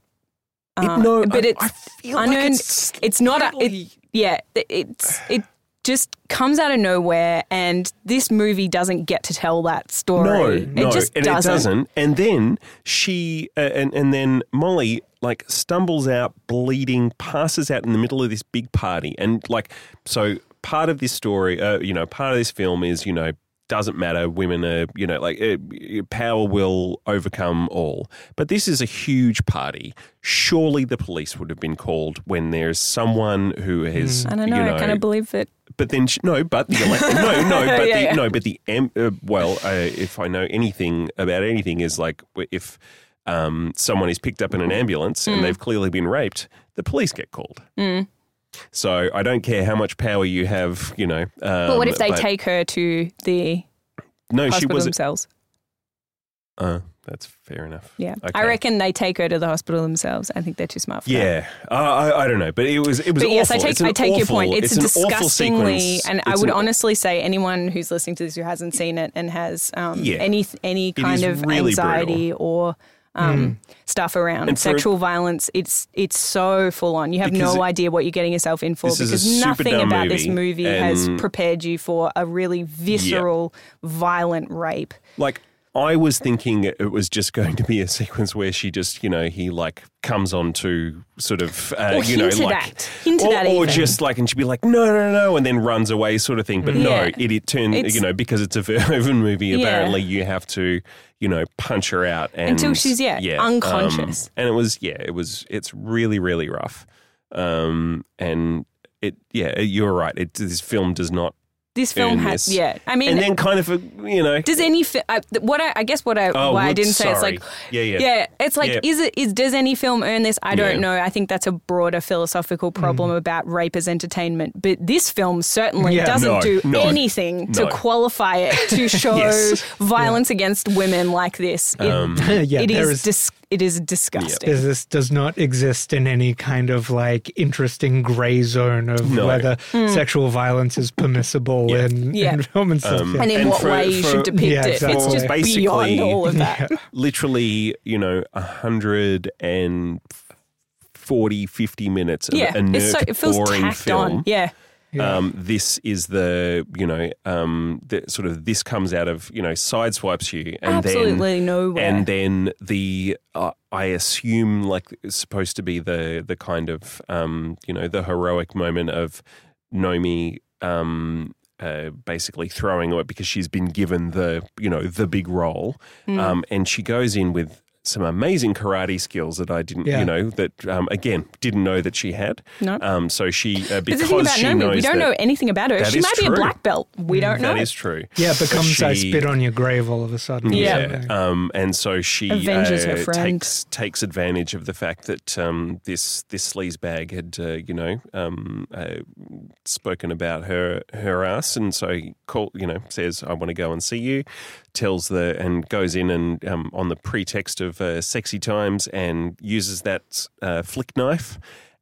S1: It-
S3: uh,
S1: no,
S3: but
S1: I-
S3: it's
S1: I feel like
S3: unearned.
S1: it's
S3: not. A,
S1: slightly-
S3: it, yeah, it- it's it just comes out of nowhere, and this movie doesn't get to tell that
S1: no,
S3: story.
S1: no,
S3: it just
S1: and
S3: doesn't.
S1: it doesn't. And then she, uh, and and then Molly like stumbles out, bleeding, passes out in the middle of this big party, and like so. Part of this story, uh, you know, part of this film is you know doesn't matter. Women are you know like uh, power will overcome all. But this is a huge party. Surely the police would have been called when there's someone who has
S3: Mm. I don't know.
S1: You know
S3: I kind of believe that.
S1: but then she, no, but the elect- no, no, but
S3: Yeah,
S1: the,
S3: yeah.
S1: no, but the em- uh, well, uh, if I know anything about anything, is like w- if um, someone is picked up in an ambulance
S3: Mm.
S1: and they've clearly been raped, the police get called. So I don't care how much power you have, you know. Um,
S3: but what if they take her to the
S1: No, she
S3: hospital
S1: was.
S3: themselves?
S1: Uh, that's fair enough.
S3: Yeah, I
S1: Okay.
S3: reckon they take her to the hospital themselves. I think they're too smart for that.
S1: Yeah, uh, I, I don't know, but it was it was
S3: But
S1: awful.
S3: yes, I
S1: It's
S3: take
S1: an
S3: I take your
S1: awful-
S3: point. It's,
S1: an awful
S3: disgustingly,
S1: sequence.
S3: and I
S1: It's
S3: would
S1: an-
S3: honestly say anyone who's listening to this who hasn't seen it and has um,
S1: Yeah.
S3: any any kind
S1: is
S3: of
S1: really Hmm.
S3: anxiety or um, stuff around
S1: And for-
S3: sexual violence, it's it's so full on. You have
S1: Because
S3: no
S1: it-
S3: idea what you're getting yourself in for
S1: This is a
S3: because
S1: super
S3: nothing
S1: dumb
S3: about this
S1: movie
S3: movie has
S1: and-
S3: prepared you for a really visceral, violent rape.
S1: Like I was thinking it was just going to be a sequence where she just, you know, he like comes on to sort of, uh,
S3: Or
S1: you know,
S3: hinted
S1: like,
S3: at. Hinted
S1: or,
S3: at
S1: or
S3: even.
S1: just like, and she'd be like, no, no, no, and then runs away, sort of thing. But
S3: Yeah.
S1: no, it it turned,
S3: It's-
S1: you know, because it's a Verhoeven movie.
S3: Yeah.
S1: Apparently, you have to, you know, punch her out and,
S3: Until she's, yeah,
S1: um,
S3: unconscious.
S1: and it was, yeah, it was, it's really, really rough. Um, and it, yeah, you're right. It, this film does not.
S3: This film
S1: Earn
S3: has,
S1: this.
S3: yeah. I mean,
S1: and then kind of, a, you know,
S3: does any fi- I, th- what I, I guess what I
S1: Oh,
S3: why I
S1: whoops,
S3: didn't say it's
S1: sorry.
S3: like
S1: Yeah, yeah.
S3: it's like
S1: Yeah.
S3: is it is does any film earn this I don't
S1: Yeah. Mm.
S3: know I think that's a broader philosophical problem about rape as entertainment but this film certainly
S2: Yeah.
S3: doesn't
S1: No,
S3: do
S1: no,
S3: anything to
S1: no.
S3: qualify it to show
S1: Yes. Um,
S3: violence against women like this it,
S2: yeah,
S3: it
S2: there
S3: is
S2: is-
S3: dis- it is disgusting
S2: Is this does not exist in any kind of like interesting gray zone of
S1: No.
S2: whether sexual violence is permissible in,
S3: Hmm. Yeah.
S2: in film and stuff. yeah.
S3: and in
S1: And
S3: what
S1: for-
S3: way you
S1: for-
S3: should depict
S2: Yeah,
S3: it it's
S2: exactly.
S3: just
S1: Basically-
S3: beyond all of that
S1: literally, you know, 140, 50 minutes of
S3: yeah,
S1: inert,
S3: it's so, it feels
S1: boring
S3: tacked
S1: film.
S3: on yeah
S2: Yeah.
S1: Um, this is the you know um, the, sort of this comes out of you know sideswipes you and then
S3: Absolutely nowhere.
S1: and then the uh, I assume like it's supposed to be the the kind of um, you know the heroic moment of Nomi um, uh, basically throwing away because she's been given the you know the big role, um, and she goes in with some amazing karate skills that I didn't
S2: Yeah.
S1: you know that um, again didn't know that she had.
S3: No.
S1: Um, so she uh,
S3: But
S1: because
S3: the thing about
S1: she
S3: Nomi,
S1: knows
S3: we don't
S1: that,
S3: know anything about her.
S1: That
S3: She
S1: is
S3: might be a
S1: true. Mm,
S3: black belt. We don't know.
S1: that is true.
S2: yeah, it becomes I
S1: She-
S2: spit on your grave all of a sudden. or
S3: Yeah.
S2: something.
S1: Um, and so she
S3: Avenges her
S1: uh,
S3: friend.
S1: takes takes advantage of the fact that um, this this sleaze bag had uh, you know um, uh, spoken about her her ass, and so he call you know says I want to go and see you, tells the and goes in and um, on the pretext of uh, sexy times and uses that uh, flick knife.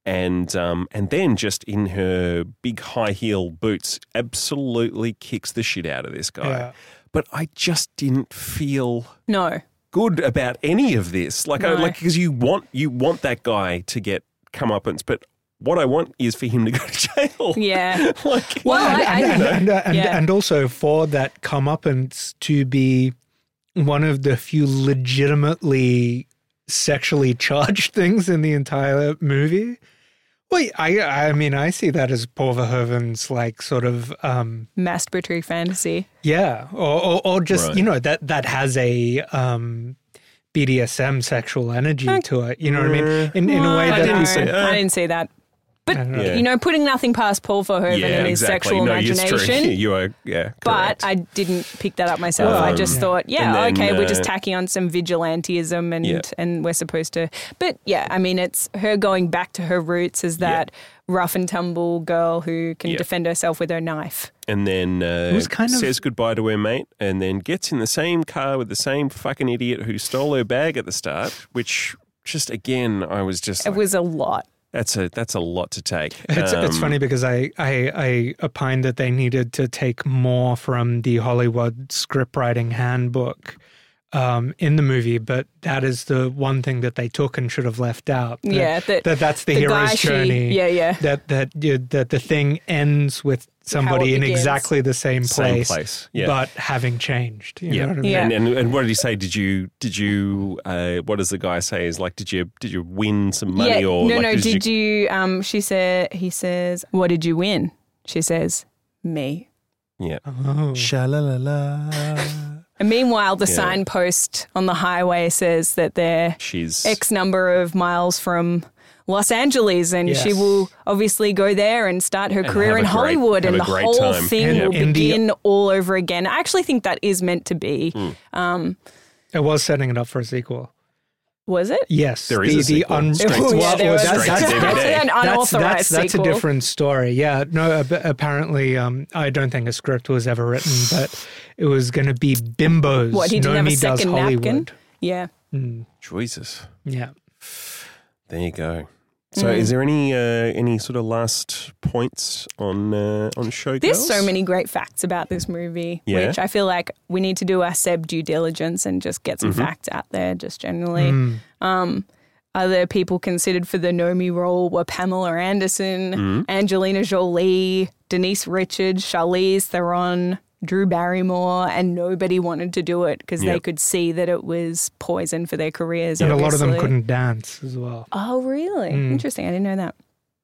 S1: And um, and then just in her big high heel boots, absolutely kicks the shit out of this guy
S2: Yeah.
S1: but I just didn't feel
S3: no.
S1: good about any of this. Like, I,
S3: No.
S1: like because you want you want that guy to get comeuppance, but what I want is for him to go to jail.
S3: Yeah.
S1: like,
S3: Well, I- I-
S2: and, and, and,
S3: Yeah.
S2: and also for that comeuppance to be one of the few legitimately sexually charged things in the entire movie. Well, I I mean I see that as Paul Verhoeven's like sort of um
S3: Masturbatory fantasy.
S2: yeah or or, or just
S1: Right.
S2: you know that that has a um BDSM sexual energy to it. You know what I mean? In in a way
S1: I
S2: that
S1: didn't
S3: No,
S1: see- uh,
S3: I didn't see that. But,
S2: don't know.
S1: Yeah.
S3: you know, putting nothing past Paul Verhoeven
S1: yeah,
S3: and his
S1: exactly.
S3: sexual
S1: no, it's true.
S3: imagination.
S1: You are, yeah.
S3: But
S1: correct.
S3: I didn't pick that up myself. I just
S2: Um,
S3: thought, yeah,
S1: and then,
S3: okay, we're just
S1: uh,
S3: tacking on some vigilantism and,
S1: Yeah.
S3: and we're supposed to. But yeah, I mean, it's her going back to her roots as that rough and tumble girl who can
S1: Yeah.
S3: defend herself with her knife.
S1: and then uh,
S2: was kind of-
S1: says goodbye to her mate, and then gets in the same car with the same fucking idiot who stole her bag at the start, which. Just again, I was just
S3: It
S1: like,
S3: was a lot.
S1: that's a that's a lot to take.
S2: It's, it's
S1: Um,
S2: funny because I, I I opined that they needed to take more from the Hollywood scriptwriting handbook um, in the movie, but that is the one thing that they took and should have left out. That,
S3: Yeah, that-
S2: that, that's the,
S3: the guy
S2: hero's
S3: she-
S2: journey.
S3: yeah, yeah.
S2: That that you, that the thing ends with somebody
S3: it
S2: in
S3: begins.
S2: exactly the same
S1: Same
S2: place,
S1: place, yeah.
S2: but having changed. You
S1: Yeah.
S2: know what I mean?
S3: Yeah.
S1: And, and and what did he say? Did you did you uh, what does the guy say? Is like did you did you win some money
S3: yeah,
S1: or
S3: no,
S1: like,
S3: no. Did, you? um, she said. He says, "What did you win?" She says, "Me."
S1: yeah
S2: Oh.
S3: And meanwhile, the
S1: Yeah.
S3: signpost on the highway says that they're
S1: she's
S3: X number of miles from Los Angeles, and she
S2: Yes.
S3: will obviously go there and start her career
S1: have
S3: in
S1: a great-
S3: Hollywood,
S1: have
S3: and
S1: a
S3: the
S1: great
S3: whole
S1: time.
S3: thing
S2: And
S3: will
S2: in the-
S3: begin all over again. I actually think that is meant to be.
S1: Hmm.
S2: It was setting it up for a sequel.
S3: Was it?
S2: Yes,
S1: There is
S2: the,
S1: a sequel.
S2: The un-
S1: Straight
S3: Oh,
S1: to-
S3: yeah,
S2: Well,
S3: there
S2: well,
S3: was-
S2: that-
S1: Straight
S2: that's,
S1: to DVD.
S3: that's an
S2: That's-
S3: unauthorized
S2: that's, that's
S3: sequel.
S2: a different story. Yeah. No, ab- apparently, um, I don't think a script was ever written, but it was going to be Bimbos.
S3: What he didn't have a
S2: Nomi does
S3: second
S2: Hollywood.
S3: napkin. Yeah.
S1: Jesus.
S2: Yeah.
S1: There you go. So
S3: Hmm.
S1: is there any uh, any sort of last points on uh, on showgirls?
S3: There's so many great facts about this movie,
S1: Yeah.
S3: which I feel like we need to do our Seb due diligence and just get some
S1: Mm-hmm.
S3: facts out there, just
S2: Hmm.
S3: generally.
S2: Mm.
S3: Um, other people considered for the Nomi role were Pamela Anderson,
S1: Hmm.
S3: Angelina Jolie, Denise Richards, Charlize Theron, Drew Barrymore, and nobody wanted to do it because they
S1: Yep.
S3: could see that it was poison for their careers.
S2: And a lot of them
S3: obviously.
S2: couldn't Mm. dance as well.
S3: Oh, really? Interesting. I didn't know that.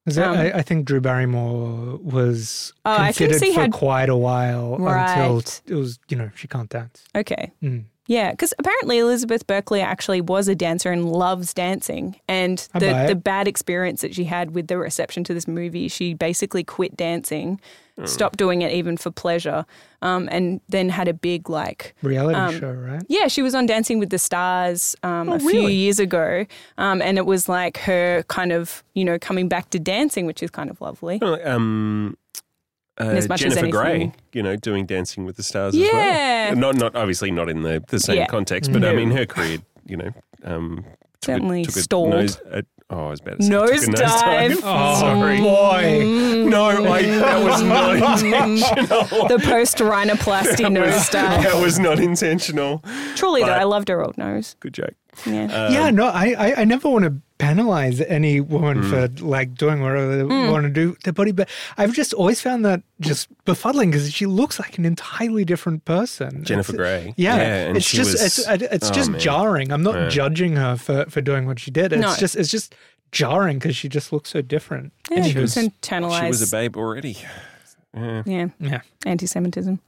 S2: Is that-
S3: Um,
S2: I, I think Drew Barrymore was
S3: Oh, I think
S2: considered
S3: she
S2: for
S3: had-
S2: quite a while until
S3: Right.
S2: it was, you know, she can't dance.
S3: Okay.
S2: Mm.
S3: Yeah, because apparently Elizabeth Berkley actually was a dancer and loves dancing. And
S2: I
S3: the,
S2: buy it.
S3: the bad experience that she had with the reception to this movie, she basically quit dancing,
S1: Hmm.
S3: stopped doing it even for pleasure, um, and then had a big, like,
S2: Reality
S3: Um,
S2: show, right?
S3: yeah, she was on Dancing with the Stars
S1: Oh,
S3: um, a few years ago. Um, and it was like her kind of, you know, coming back to dancing, which is kind of lovely.
S1: Um, uh,
S3: As much as
S1: Jennifer Grey,
S3: anything.
S1: you know, doing Dancing with the Stars as
S3: Yeah.
S1: well. Not not obviously not in the, the same
S3: Yeah.
S1: context, but I
S3: No.
S1: mean her career, you know, um, took a-
S3: Certainly
S1: took a
S3: stalled.
S1: nose- a- oh, I was about to say, took a
S3: Nose dive.
S2: Oh,
S1: sorry.
S2: boy.
S1: No, I, that was not intentional.
S3: The post rhinoplasty nose dive.
S1: That was not intentional.
S3: Truly, though,
S1: but- Uh,
S3: I loved her old nose.
S1: Good joke. Um,
S3: Yeah.
S2: yeah, no, I, I, I never want to penalize any woman
S1: Mm.
S2: for like doing whatever they
S3: Mm.
S2: want to do with their body, but I've just always found that just befuddling because she looks like an entirely different person.
S1: Jennifer
S2: It's-
S1: Grey.
S2: Yeah,
S1: and
S2: it's
S1: she
S2: just
S1: was-
S2: it's, it- it's
S1: oh,
S2: just
S1: man.
S2: jarring. I'm not
S1: Yeah.
S2: judging her for, for doing what she did. It's
S3: No.
S2: just it's just jarring because she just looks so different.
S3: yeah,
S2: she was-
S3: it's internalized.
S1: She was a babe already.
S3: yeah.
S2: Yeah,
S3: anti-Semitism.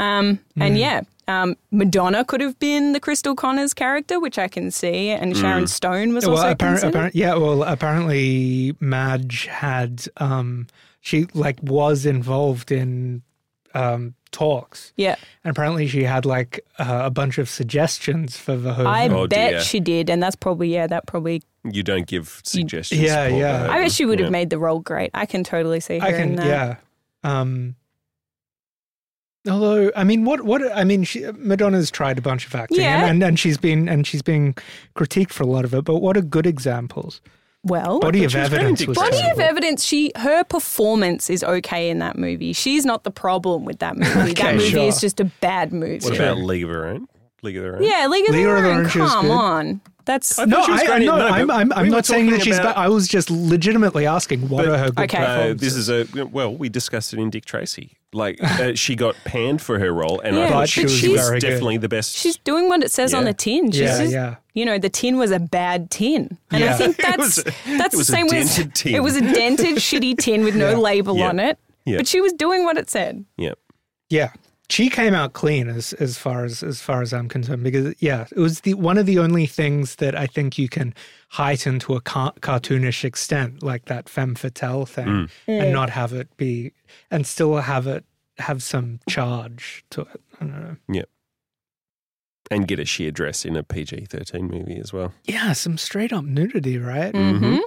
S3: Um,
S1: Hmm.
S3: And yeah, um, Madonna could have been the Crystal Connors character, which I can see,
S1: Hmm.
S3: and Sharon Stone was
S2: well,
S3: also
S2: apparent,
S3: considered.
S2: apparent, yeah, well, apparently Madge had um she like was involved in um talks.
S3: yeah,
S2: And apparently, she had like uh, a bunch of suggestions for the whole.
S3: I
S1: Oh,
S3: bet
S1: dear.
S3: she did, and that's probably yeah, that probably.
S1: You don't give suggestions.
S2: Yeah,
S1: for
S2: yeah.
S1: that.
S3: I bet she would have
S1: Yeah.
S3: made the role great. I can totally see her
S2: I
S3: in
S2: can,
S3: that.
S2: yeah. Um, although, I mean, what, what? I mean, she, Madonna's tried a bunch of acting,
S3: Yeah.
S2: and, and and she's been and she's been critiqued for a lot of it. But what are good examples?
S3: Well,
S2: Body
S1: but
S2: of
S1: she was very
S2: evidence was
S3: Body of e-
S2: terrible.
S3: evidence. She her performance is okay in that movie. She's not the problem with that movie. that
S2: Okay,
S3: movie
S2: sure.
S3: is just a bad movie.
S1: What about League of Their Own? League of Their Own.
S3: yeah, League of
S2: League
S3: Their
S2: of Their
S3: Own.
S2: Own, she was
S3: Come
S2: good.
S3: on, that's
S1: I
S2: No,
S1: thought she was
S2: I, I
S1: great. No,
S2: no,
S1: but
S2: I'm I'm,
S1: we
S2: I'm
S1: were
S2: not saying that
S1: talking
S2: she's
S1: about-
S2: bad. I was just legitimately asking what are her good
S3: Okay.
S1: Uh,
S2: performances.
S1: this is a well. We discussed it in Dick Tracy. Like uh, she got panned for her role, and I
S3: Yeah,
S1: thought
S3: but
S1: she
S3: she
S1: was,
S3: was
S2: very good.
S1: definitely the best.
S3: she's doing what it says on
S1: Yeah.
S3: the tin. She's
S2: Yeah,
S3: just,
S2: yeah.
S3: you know, the tin was a bad tin. And I
S2: Yeah.
S3: think
S1: It
S3: that's
S1: was a-
S3: that's
S1: it
S3: the
S1: was a
S3: same way as-
S1: dented tin.
S3: It was a dented, shitty tin with no label
S1: Yeah.
S3: on it.
S1: Yeah.
S3: But she was doing what it said.
S1: yeah,
S2: Yeah. She came out clean as as far as as far as I'm concerned because yeah, it was the one of the only things that I think you can heighten to a car- cartoonish extent like that femme fatale thing
S1: Mm.
S2: and not have it be and still have it have some charge to it. I don't know.
S1: yeah, and get a sheer dress in a PG thirteen movie as well.
S2: Yeah, some straight up nudity, right?
S1: Mm.
S2: Mm.
S3: Mm-hmm.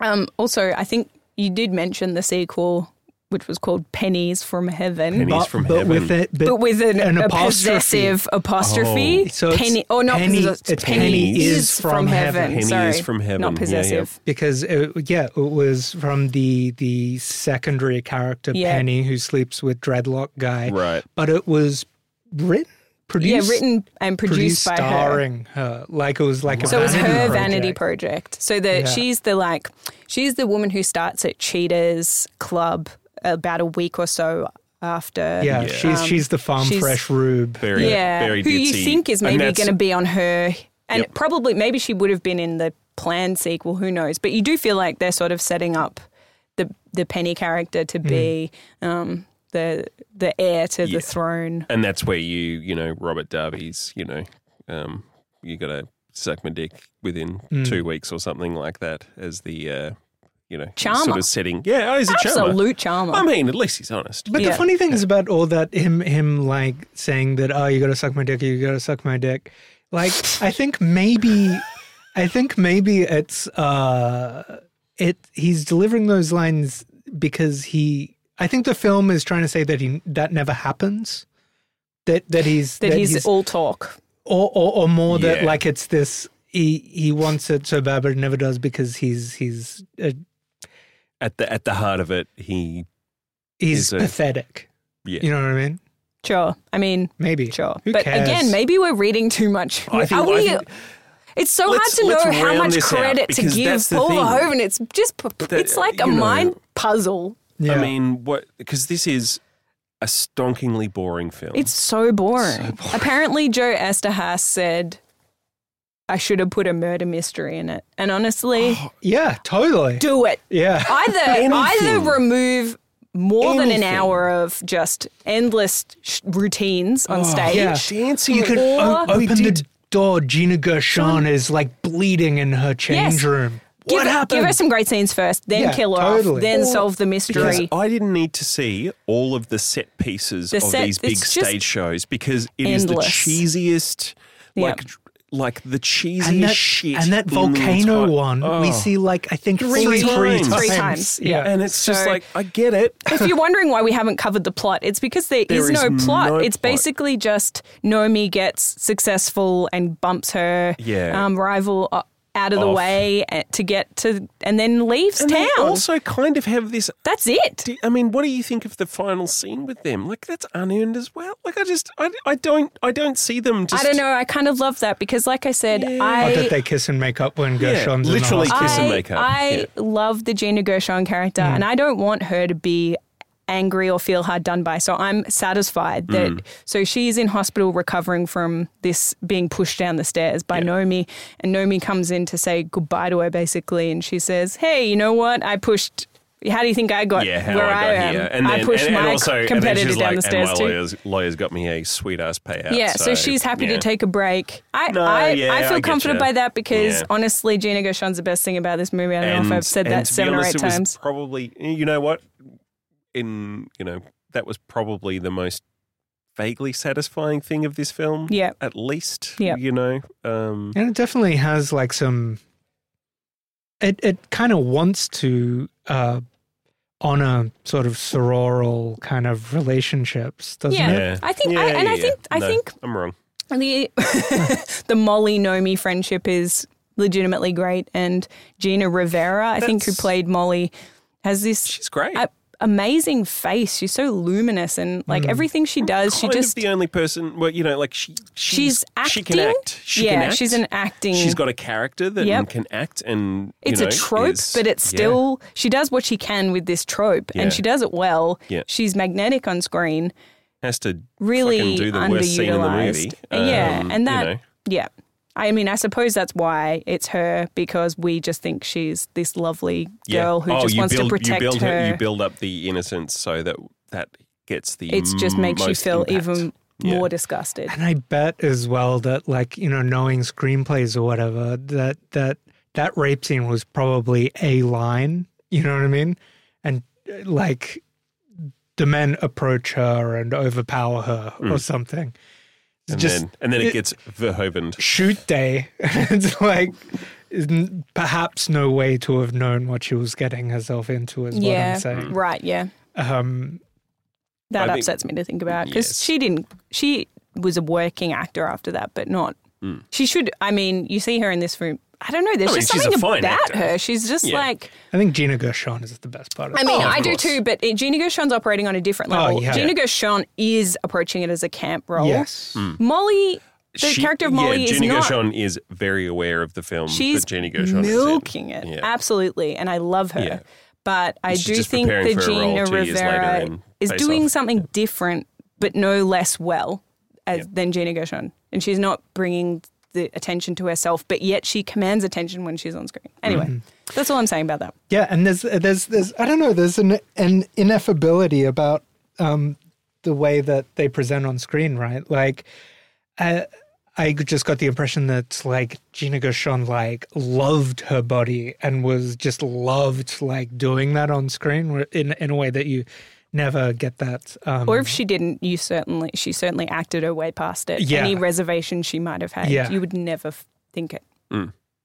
S3: Um, also, I think you did mention the sequel, which was called Pennies from Heaven.
S1: Pennies
S2: But,
S1: from
S2: but
S1: heaven.
S2: with it, but,
S3: But with an,
S2: An
S3: a
S2: apostrophe.
S3: possessive apostrophe,
S1: Oh.
S2: So it's
S3: penny, oh not
S2: penny-
S3: possessive,
S2: it's penny is from heaven.
S1: Penny is
S3: Sorry,
S1: from heaven. Yeah,
S3: not
S1: yeah.
S3: possessive.
S2: because it, yeah, it was from the the secondary character
S3: Yeah.
S2: Penny who sleeps with dreadlock guy.
S1: Right.
S2: but it was written,
S3: Yeah,
S2: produced,
S3: written and produced, by her.
S2: starring her. Like it was like a
S3: So it was her
S2: vanity project.
S3: vanity project. So that
S2: Yeah.
S3: she's the like she's the woman who starts at Cheetah's club about a week or so after.
S2: Yeah,
S1: Yeah.
S2: she's she's the farm
S3: she's-
S2: fresh rube.
S1: Very,
S3: Yeah.
S1: very
S3: who you
S1: ditzy.
S3: think is
S1: And
S3: maybe
S1: that's-
S3: going to be on her, and
S1: Yep.
S3: probably maybe she would have been in the planned sequel. Who knows? But you do feel like they're sort of setting up the the Penny character to be
S2: Mm.
S3: um, the the heir to
S1: Yeah.
S3: the throne.
S1: and that's where you you know Robert Darby's you know um, you got to suck my dick within
S2: Mm.
S1: two weeks or something like that as the uh, you know sort
S3: Charmer.
S1: of setting. Yeah, oh, he's a charmer.
S3: Absolute charmer.
S1: I mean, at least he's honest.
S2: But
S3: Yeah.
S2: the funny thing is about all that him him like saying that oh you gotta suck my dick you gotta suck my dick, like I think maybe, I think maybe it's uh it he's delivering those lines because he I think the film is trying to say that he that never happens, that that he's
S3: that he's, all talk.
S2: or or, or more that
S1: Yeah.
S2: like it's this he he wants it so bad but it never does because he's he's uh,
S1: at the at the heart of it, he
S2: he's
S1: He's a-
S2: pathetic.
S1: yeah.
S2: You know what I mean?
S3: Sure. I mean,
S2: Maybe.
S3: Sure.
S2: Who
S3: but
S2: cares?
S3: again, maybe we're reading too much.
S1: I think-
S3: Are we,
S1: I think-
S3: it's so hard
S1: Let's-
S3: to
S1: let's
S3: know how
S1: round
S3: much
S1: this out,
S3: credit to
S1: because
S3: give
S1: that's the
S3: Paul
S1: thing.
S3: Verhoeven. It's just, p-
S1: that,
S3: it's like
S1: you
S3: a
S1: know-
S3: mind puzzle.
S2: Yeah.
S1: I mean, what? Because this is a stonkingly boring film.
S3: It's so boring. Apparently, Joe Esterhaas said, I should have put a murder mystery in it. And honestly,
S1: Oh.
S2: yeah, totally.
S3: do it.
S2: yeah.
S3: Either, either
S1: Anything.
S3: remove more than an
S1: Anything.
S3: hour of just endless sh- routines
S1: Oh,
S3: on stage.
S2: yeah.
S1: dancing.
S2: you could
S1: or-
S2: o-
S3: Or-
S1: we
S2: open the
S1: did-
S2: door. Gina Gershon is like bleeding in her change
S3: Yes.
S2: room.
S3: Give,
S2: what
S3: her-
S2: happened?
S3: Give her some great scenes first, then
S2: Yeah,
S3: kill her off,
S2: totally.
S3: then
S2: Or-
S3: solve the
S1: Because
S3: mystery.
S1: I didn't need to see all of the set pieces
S3: The
S1: of
S3: set-
S1: these big
S3: it's just
S1: stage shows because it is
S3: endless.
S1: the cheesiest, like,
S3: Yep.
S1: like the cheesiest
S2: and that,
S1: shit.
S2: and that
S1: in the entire-
S2: volcano one we
S1: Oh.
S2: see like I think
S1: Three
S2: three,
S1: times.
S3: Three times, yeah.
S2: Yeah.
S1: and it's just
S3: So-
S1: like I get it.
S3: if you're wondering why we haven't covered the plot, it's because there is
S1: There is
S3: no plot.
S1: no
S3: it's
S1: plot.
S3: basically just Nomi gets successful and bumps her
S1: Yeah.
S3: um, rival uh, out of the
S1: Off.
S3: way uh, to get to, and then leaves
S1: And
S3: town.
S1: they also kind of have this.
S3: That's it.
S1: do- I mean, what do you think of the final scene with them? Like that's unearned as well. Like I just, I, I don't, I don't see them. Just,
S3: I don't know. I kind of love that because, like I said, I.
S2: Or did they kiss and make up when Gershon's in the
S1: literally
S2: hospital?
S1: kiss
S3: I,
S1: and make up.
S3: I
S1: Yeah.
S3: love the Gina Gershon character, and I don't want her to be angry or feel hard done by. So I'm satisfied that.
S1: Mm.
S3: So she's in hospital recovering from this being pushed down the stairs by Nomi, and Nomi comes in to say goodbye to her basically, and she says, "Hey, you know what? I pushed." How do you think I got
S1: Yeah, how
S3: where
S1: I,
S3: I,
S1: got
S3: am?
S1: here, and then
S3: I pushed
S1: and, and
S3: my
S1: also, and then
S3: competitor
S1: she's
S3: down
S1: like,
S3: the stairs
S1: and my
S3: too.
S1: Lawyers, lawyers got me a sweet ass payout.
S3: Yeah, so, she's happy
S1: yeah.
S3: to take a break. I
S1: No,
S3: I,
S1: yeah,
S3: I
S1: I
S3: feel
S1: get
S3: comforted
S1: ya.
S3: by that because
S1: Yeah.
S3: honestly, Gina Gershon's the best thing about this movie. I don't know if I've said
S1: and
S3: that
S1: to be
S3: seven
S1: honest,
S3: or eight
S1: it was
S3: times.
S1: Probably, you know what? In you know, that was probably the most vaguely satisfying thing of this film.
S3: Yeah.
S1: at least.
S3: Yeah.
S1: you know. Um,
S2: And it definitely has like some. It it kind of wants to uh, honor sort of sororal kind of relationships, doesn't
S3: Yeah.
S2: it?
S3: I think- I- and I think- I
S1: No,
S3: think-
S1: I'm wrong.
S3: The the Molly Nomi friendship is legitimately great, and Gina Rivera, I think, who
S1: That's-
S3: played Molly, has this
S1: She's great.
S3: a- amazing face. She's so luminous, and like everything she does, she
S1: Hmm. Kind
S3: just
S1: of the only person. Well, you know, like she, she's,
S3: she's acting.
S1: She can act. She
S3: yeah,
S1: can act.
S3: she's an acting.
S1: She's got a character that
S3: Yep.
S1: can act, and you
S3: it's
S1: know,
S3: a trope,
S1: is-
S3: but it's
S1: yeah.
S3: still she does what she can with this trope,
S1: Yeah.
S3: and she does it well.
S1: Yeah.
S3: She's magnetic on screen,
S1: has to
S3: really
S1: fucking do the
S3: underutilized. Uh,
S1: worst scene in the movie.
S3: yeah,
S1: Um,
S3: and
S1: you
S3: that
S1: know.
S3: yeah. I mean, I suppose that's why it's her because we just think she's this lovely girl who
S1: oh,
S3: just
S1: you
S3: wants
S1: build,
S3: to protect
S1: you build You build up the innocence so that that gets the.
S3: it just makes you
S1: most
S3: feel
S1: impact.
S3: even
S1: Yeah.
S3: more disgusted.
S2: And I bet as well that like, you know, knowing screenplays or whatever, that that that rape scene was probably a line, you know what I mean? And uh, like the men approach her and overpower her or something. It's
S1: Hmm. And
S2: just
S1: then, and then it,
S2: it-
S1: gets verhoevened.
S2: shoot day. it's like n- perhaps no way to have known what she was getting herself into is what
S3: Yeah,
S2: I'm saying.
S3: right. Yeah,
S2: Um
S3: that
S1: I think-
S3: upsets me to think about because
S1: Yes.
S3: she didn't. She was a working actor after that, but not. She should. I mean, you see her in this room. I don't know. There's
S1: Mm. I mean,
S3: just
S1: she's a
S3: something
S1: fine
S3: about
S1: actor.
S3: her. She's just
S1: Yeah.
S3: like
S2: I think Gina Gershon is the best part of it.
S3: I mean,
S1: Oh, of
S3: I do
S1: course.
S3: too, but it, Gina Gershon's operating on a different
S2: Oh,
S3: level.
S2: yeah.
S3: Gina Gershon is approaching it as a camp role.
S2: yes.
S3: Molly,
S1: Hmm.
S3: the
S1: She-
S3: character of Molly
S1: yeah,
S3: is
S1: Jenny
S3: not.
S1: Gershon is very aware of the film.
S3: she's
S1: that Jenny Gershon is in.
S3: milking it
S1: Yeah.
S3: absolutely, and I love her.
S1: Yeah.
S3: But I
S1: She's
S3: do
S1: just
S3: think
S1: preparing
S3: that
S1: for a role
S3: Gina
S1: two years later
S3: Rivera
S1: in
S3: is
S1: Face
S3: doing
S1: Off.
S3: something different, but no less well as, than Gina Gershon, and she's not bringing the attention to herself, but yet she commands attention when she's on screen. Anyway,
S2: Mm-hmm.
S3: that's all I'm saying about that.
S2: Yeah, and there's there's there's I don't know there's an an ineffability about um, the way that they present on screen, right? Like, I I just got the impression that like Gina Gershon like loved her body and was just loved like doing that on screen where- in in a way that you never get that. Um,
S3: Or if she didn't, you certainly she certainly acted her way past it.
S2: Yeah.
S3: Any reservation she might have had,
S2: Yeah.
S3: you would never f- think it.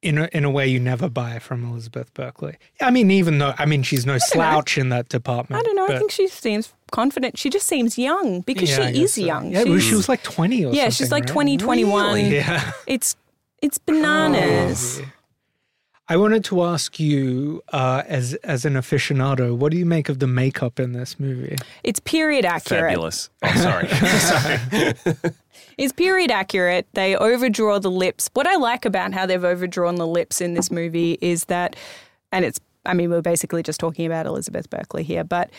S2: in a, in a way you never buy from Elizabeth Berkley. I mean, even though I mean she's no slouch in that department.
S3: I don't know.
S2: but-
S3: I think she seems confident. She just seems young because
S2: Yeah, I
S3: she
S2: guess
S3: is
S2: so.
S3: young.
S2: Yeah,
S3: she's,
S2: she was like twenty or something.
S3: yeah, she's like
S2: right?
S3: twenty, twenty-one. 20, 21.
S2: Yeah.
S3: It's it's bananas.
S2: I wanted to ask you, uh, as as an aficionado, what do you make of the makeup in this movie?
S3: It's period accurate.
S1: Fabulous. Oh, sorry. sorry.
S3: It's period accurate. They overdraw the lips. What I like about how they've overdrawn the lips in this movie is that, and it's, I mean, we're basically just talking about Elizabeth Berkley here, but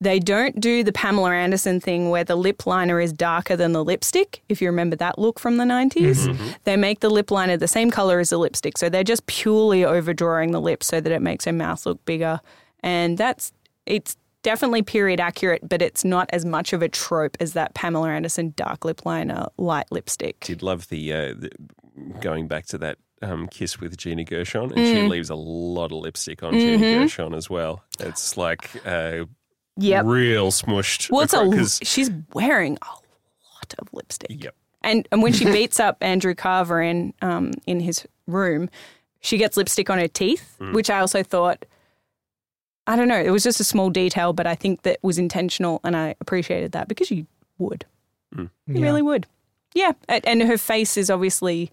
S3: they don't do the Pamela Anderson thing where the lip liner is darker than the lipstick, if you remember that look from the 90s.
S1: Mm-hmm.
S3: They make the lip liner the same color as the lipstick. So they're just purely overdrawing the lips so that it makes her mouth look bigger. And that's, it's definitely period accurate, but it's not as much of a trope as that Pamela Anderson dark lip liner, light lipstick.
S1: did love the, uh, the going back to that um, kiss with Gina Gershon, and she
S3: Mm.
S1: leaves a lot of lipstick on Gina
S3: Mm-hmm.
S1: Gershon as well. It's like uh,
S3: Yep.
S1: real smushed.
S3: Well, it's
S1: across-
S3: a,
S1: 'cause-
S3: she's wearing a lot of lipstick.
S1: Yep.
S3: And and when she beats up Andrew Carver in um in his room, she gets lipstick on her teeth,
S1: Mm.
S3: which I also thought I don't know, it was just a small detail, but I think that was intentional and I appreciated that because you would. You really would. Yeah. a- And her face is obviously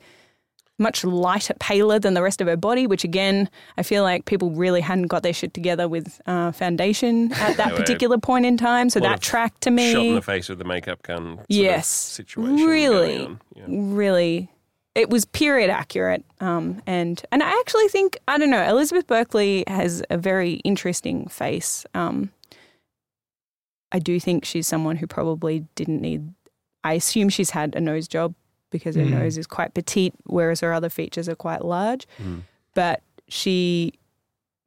S3: much lighter, paler than the rest of her body, which again, I feel like people really hadn't got their shit together with uh, foundation at that
S1: were
S3: particular point in time. So
S1: lot
S3: that
S1: of
S3: tracked to me.
S1: Shot in the face with the makeup gun. sort of
S3: Yes.
S1: situation.
S3: Really? Mm,
S1: going on. Yeah.
S3: really it was period accurate um, and and I actually think I don't know Elizabeth Berkley has a very interesting face. Um, I do think she's someone who probably didn't need. I assume she's had a nose job because her
S2: Mm.
S3: nose is quite petite, whereas her other features are quite large.
S1: Mm.
S3: But she,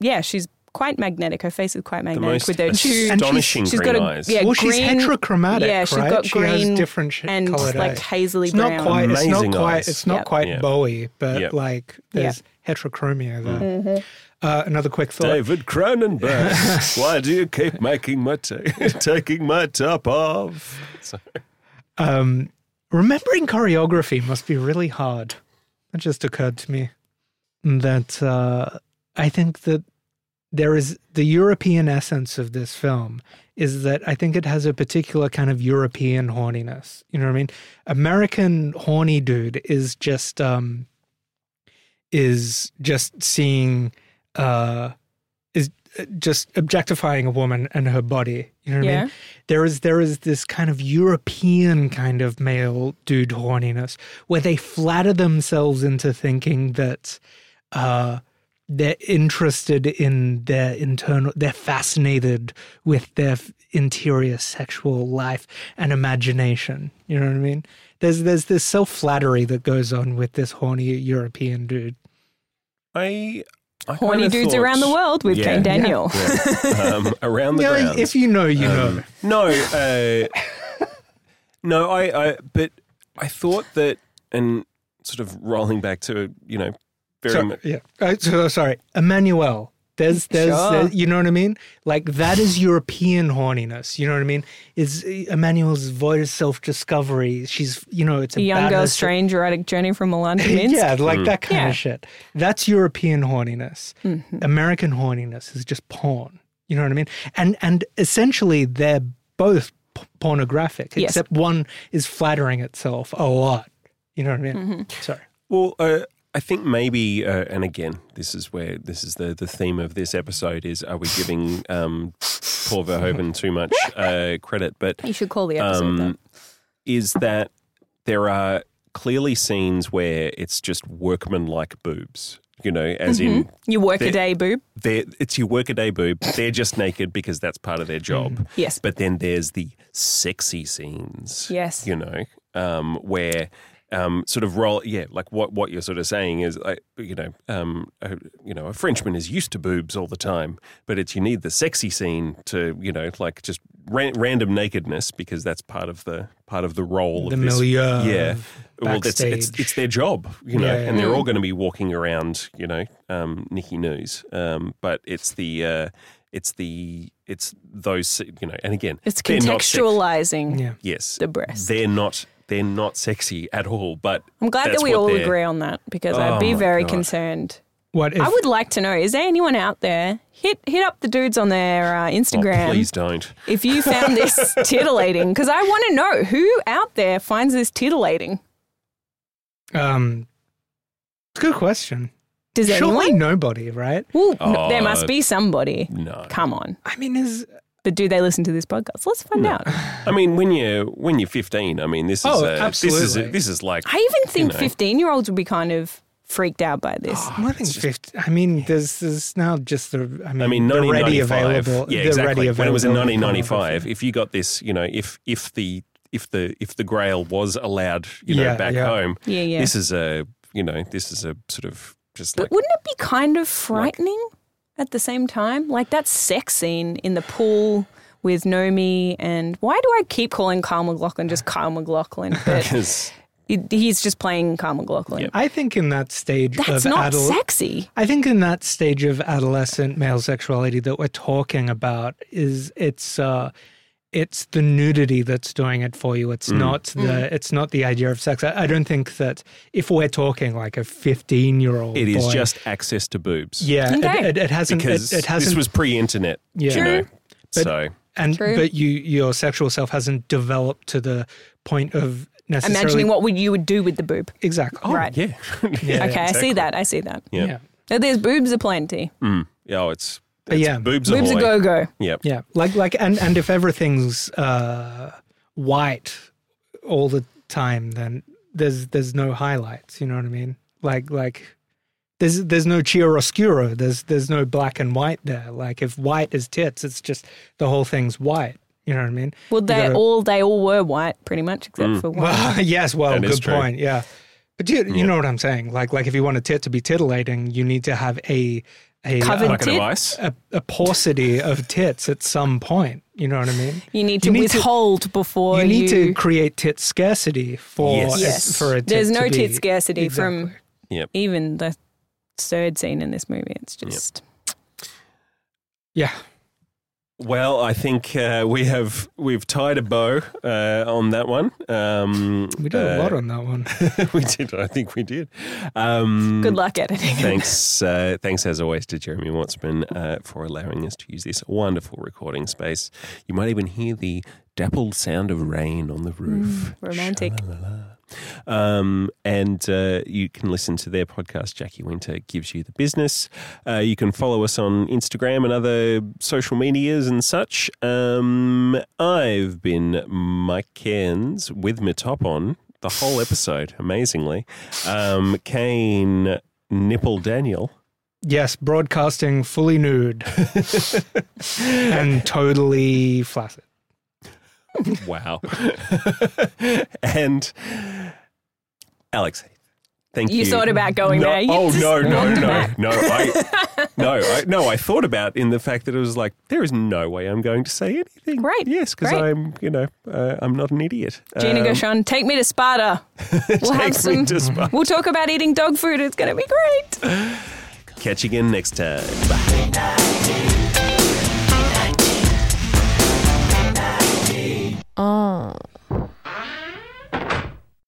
S3: yeah, she's quite magnetic. Her face is quite
S1: The
S3: magnetic
S1: most
S3: with her two
S1: astonishing
S3: she's
S1: green
S3: got a-
S1: eyes.
S3: yeah,
S2: well, she's
S3: green-
S2: heterochromatic,
S3: yeah, she's
S2: right?
S3: got
S2: she has
S3: green
S2: different sh-
S3: and
S2: colored
S3: like
S2: eyes.
S3: hazily
S2: It's
S3: brown.
S2: not quite. It's not
S1: Amazing
S2: quite.
S1: eyes.
S2: It's not
S3: Yep.
S2: quite
S1: Yep.
S2: Bowie, but
S1: Yep.
S2: like there's heterochromia there.
S3: Mm-hmm.
S2: Uh, another quick thought.
S1: David Cronenberg, why do you keep making my ta- taking my top off? So,
S2: Um, remembering choreography must be really hard. That just occurred to me. That uh, I think that there is the European essence of this film is that I think it has a particular kind of European horniness. You know what I mean? American horny dude is just um, is just seeing uh, is uh, just objectifying a woman and her body. You know what I
S3: Yeah.
S2: mean? There is there is this kind of European kind of male dude horniness where they flatter themselves into thinking that uh, they're interested in their internal, they're fascinated with their f- interior sexual life and imagination. You know what I mean? There's there's this self flattery that goes on with this horny European dude.
S1: I, I
S3: Horny
S1: kinda
S3: dudes
S1: thought-
S3: around the world with
S1: Yeah.
S3: Kane Daniel.
S1: Yeah. Um, around the
S2: Yeah,
S1: ground.
S2: if you know, you know.
S1: No, uh, no, I, I, but I thought that, and sort of rolling back to, you know, very
S2: So,
S1: much.
S2: yeah. Uh, so, sorry, Emmanuel. There's, there's,
S3: Sure.
S2: there's- you know what I mean? Like that is European horniness. You know what I mean? Is Emmanuel's void of self discovery. She's, you know, it's a
S3: young girl's
S2: badass-
S3: strange erotic journey from Milan to Minsk.
S2: Yeah, like that
S1: Mm.
S2: kind
S3: Yeah. Mm-hmm.
S2: of shit. That's European horniness. American horniness is just porn. You know what I mean? And and essentially they're both p- pornographic,
S3: Yes.
S2: except one is flattering itself a lot. You know what I mean?
S3: Mm-hmm.
S2: Sorry.
S1: Well, uh, I think maybe, uh, and again, this is where this is the the theme of this episode is: Are we giving um, Paul Verhoeven too much uh, credit? But
S3: You should call the episode
S1: um,
S3: that.
S1: is that there are clearly scenes where it's just workmanlike boobs, you know, as in
S3: You work
S1: the-
S3: a day, boob.
S1: they're, it's your workaday boob. They're just naked because that's part of their job.
S3: Mm. Yes.
S1: But then there's the sexy scenes.
S3: Yes.
S1: You know, um, where um, sort of roll. Yeah, like what what you're sort of saying is, like, you know, um, a, you know, a Frenchman is used to boobs all the time, but it's you need the sexy scene to, you know, like just ran, random nakedness because that's part of the part of the role
S2: The
S1: of this.
S2: milieu
S1: Yeah.
S2: of
S1: Well, it's, it's
S2: backstage.
S1: it's their job, you know,
S2: Yeah. Mm.
S1: and they're all going to be walking around, you know, um, Nicky News. Um, but it's the uh, it's the it's those you know, and again,
S3: It's
S1: they're not sex-
S3: contextualizing.
S2: Yeah.
S1: Yes,
S3: the breast.
S1: They're not they're not sexy at all. But
S3: I'm glad that
S1: that's
S3: we
S1: what
S3: all
S1: they're-
S3: agree on that because
S1: Oh
S3: I'd be
S1: my
S3: very
S1: God.
S3: concerned.
S2: What if
S3: I would like to know: is there anyone out there? Hit hit up the dudes on their uh,
S1: Oh,
S3: Instagram.
S1: please don't.
S3: If you found this titillating, because I want to know who out there finds this titillating.
S2: um it's a good question.
S3: Does
S2: Surely
S3: anyone?
S2: nobody, right?
S3: Well, n- there
S1: Oh.
S3: must be somebody.
S1: No.
S3: Come on,
S2: I mean is
S3: but do they listen to this podcast? Let's find out.
S1: I mean, when you when you're 15, I mean, this is
S2: Oh,
S1: a, this is a,
S2: absolutely.
S1: this is like
S3: I even think
S1: know.
S3: 15 year olds would be kind of freaked out by this.
S1: Ah,
S2: I think 50, I mean, there's, there's now just the. I mean,
S1: I mean,
S2: the
S1: 1995.
S2: ready available.
S1: Yeah,
S2: the
S1: exactly.
S2: ready
S1: when it was in
S2: available
S1: 1995,
S2: pornography.
S1: if you got this, you know, if if the if the if the Grail was allowed, you know,
S2: Yeah,
S1: back
S2: yeah.
S1: home,
S3: Yeah, yeah.
S1: this is a, you know, this is a sort of just like
S3: But wouldn't it be kind of frightening at the same time? Like that sex scene in the pool with Nomi and why do I keep calling Carl McLaughlin just Carl McLaughlin? But
S1: because
S3: he- he's just playing Carl McLaughlin.
S1: Yep.
S2: I think in that stage
S3: That's
S2: of
S3: not
S2: adult,
S3: sexy.
S2: I think in that stage of adolescent male sexuality that we're talking about is it's uh it's the nudity that's doing it for you. It's
S1: Mm.
S2: not the
S3: Mm.
S2: it's not the idea of sex. I, I don't think that if we're talking like a fifteen year old,
S1: it is just access to boobs.
S2: yeah.
S3: Okay.
S2: It, it, it hasn't.
S1: because
S2: It, it hasn't.
S1: this was pre-internet.
S2: Yeah.
S1: you know,
S3: True.
S1: so
S2: and
S3: True.
S2: but you your sexual self hasn't developed to the point of necessarily
S3: imagining what would you would do with the boob.
S2: exactly
S3: right.
S1: Yeah.
S2: Yeah,
S3: okay, I see that. I see that.
S1: Yeah.
S2: yeah
S3: But There's boobs aplenty.
S1: Mm. Yeah, oh, it's,
S2: But
S1: it's
S2: yeah,
S1: boobs,
S3: Boobs a
S1: ahoy.
S3: go go.
S1: Yep.
S2: Yeah, like like and and if everything's uh, white all the time, then there's there's no highlights. You know what I mean? Like like there's there's no chiaroscuro. There's there's no black and white there. Like if white is tits, it's just the whole thing's white. You know what I mean?
S3: Well, they
S2: gotta-
S3: all they all were white, pretty much, except
S1: Mm.
S3: for one.
S2: Well, yes. Well,
S1: That is
S2: good
S1: true.
S2: point. Yeah, but you you know what I'm saying? Like like if you want a tit to be titillating, you need to have a a
S3: Covered
S2: uh,
S1: Bucket
S3: Tit-
S1: of ice.
S2: a, a paucity of tits at some point. You know what I mean?
S3: You need to
S2: You need to-
S3: withhold before
S2: you need to create tit scarcity for
S1: Yes.
S2: a-
S3: Yes.
S2: for a tit
S3: There's no
S2: to be-
S3: tit scarcity from
S2: Exactly.
S1: Yep.
S3: even the third scene in this movie. It's just
S2: yeah
S1: Well, I think uh, we have we've tied a bow uh, on that one. Um,
S2: we did a lot
S1: uh,
S2: on that one
S1: we did. I think we did. Um,
S3: good luck editing.
S1: Thanks, uh, thanks as always to Jeremy Watsman uh, for allowing us to use this wonderful recording space. You might even hear the dappled sound of rain on the roof.
S3: romantic.
S1: Sha-la-la-la. Um, and uh, you can listen to their podcast, Jackie Winter Gives You the Business. Uh, you can follow us on Instagram and other social medias and such. Um, I've been Mike Cairns with my top on the whole episode, amazingly. Um, Kane Nipple Daniel.
S2: yes broadcasting fully nude and totally flaccid
S1: Wow. and Alex. Thank you.
S3: You thought about going
S1: no,
S3: there. You
S1: oh
S3: just
S1: no, no,
S3: walked
S1: no,
S3: back.
S1: no. I no, I no, I thought about in the fact that it was like there is no way I'm going to say anything.
S3: Great,
S1: Yes, because
S3: great.
S1: I'm you know uh, I'm not an idiot.
S3: Gina
S1: Um,
S3: Gershon, take me to Sparta. We'll have
S1: take me
S3: some.
S1: to Spa.
S3: We'll talk about eating dog food. It's going to be great.
S1: Catch you again next time.
S4: Oh.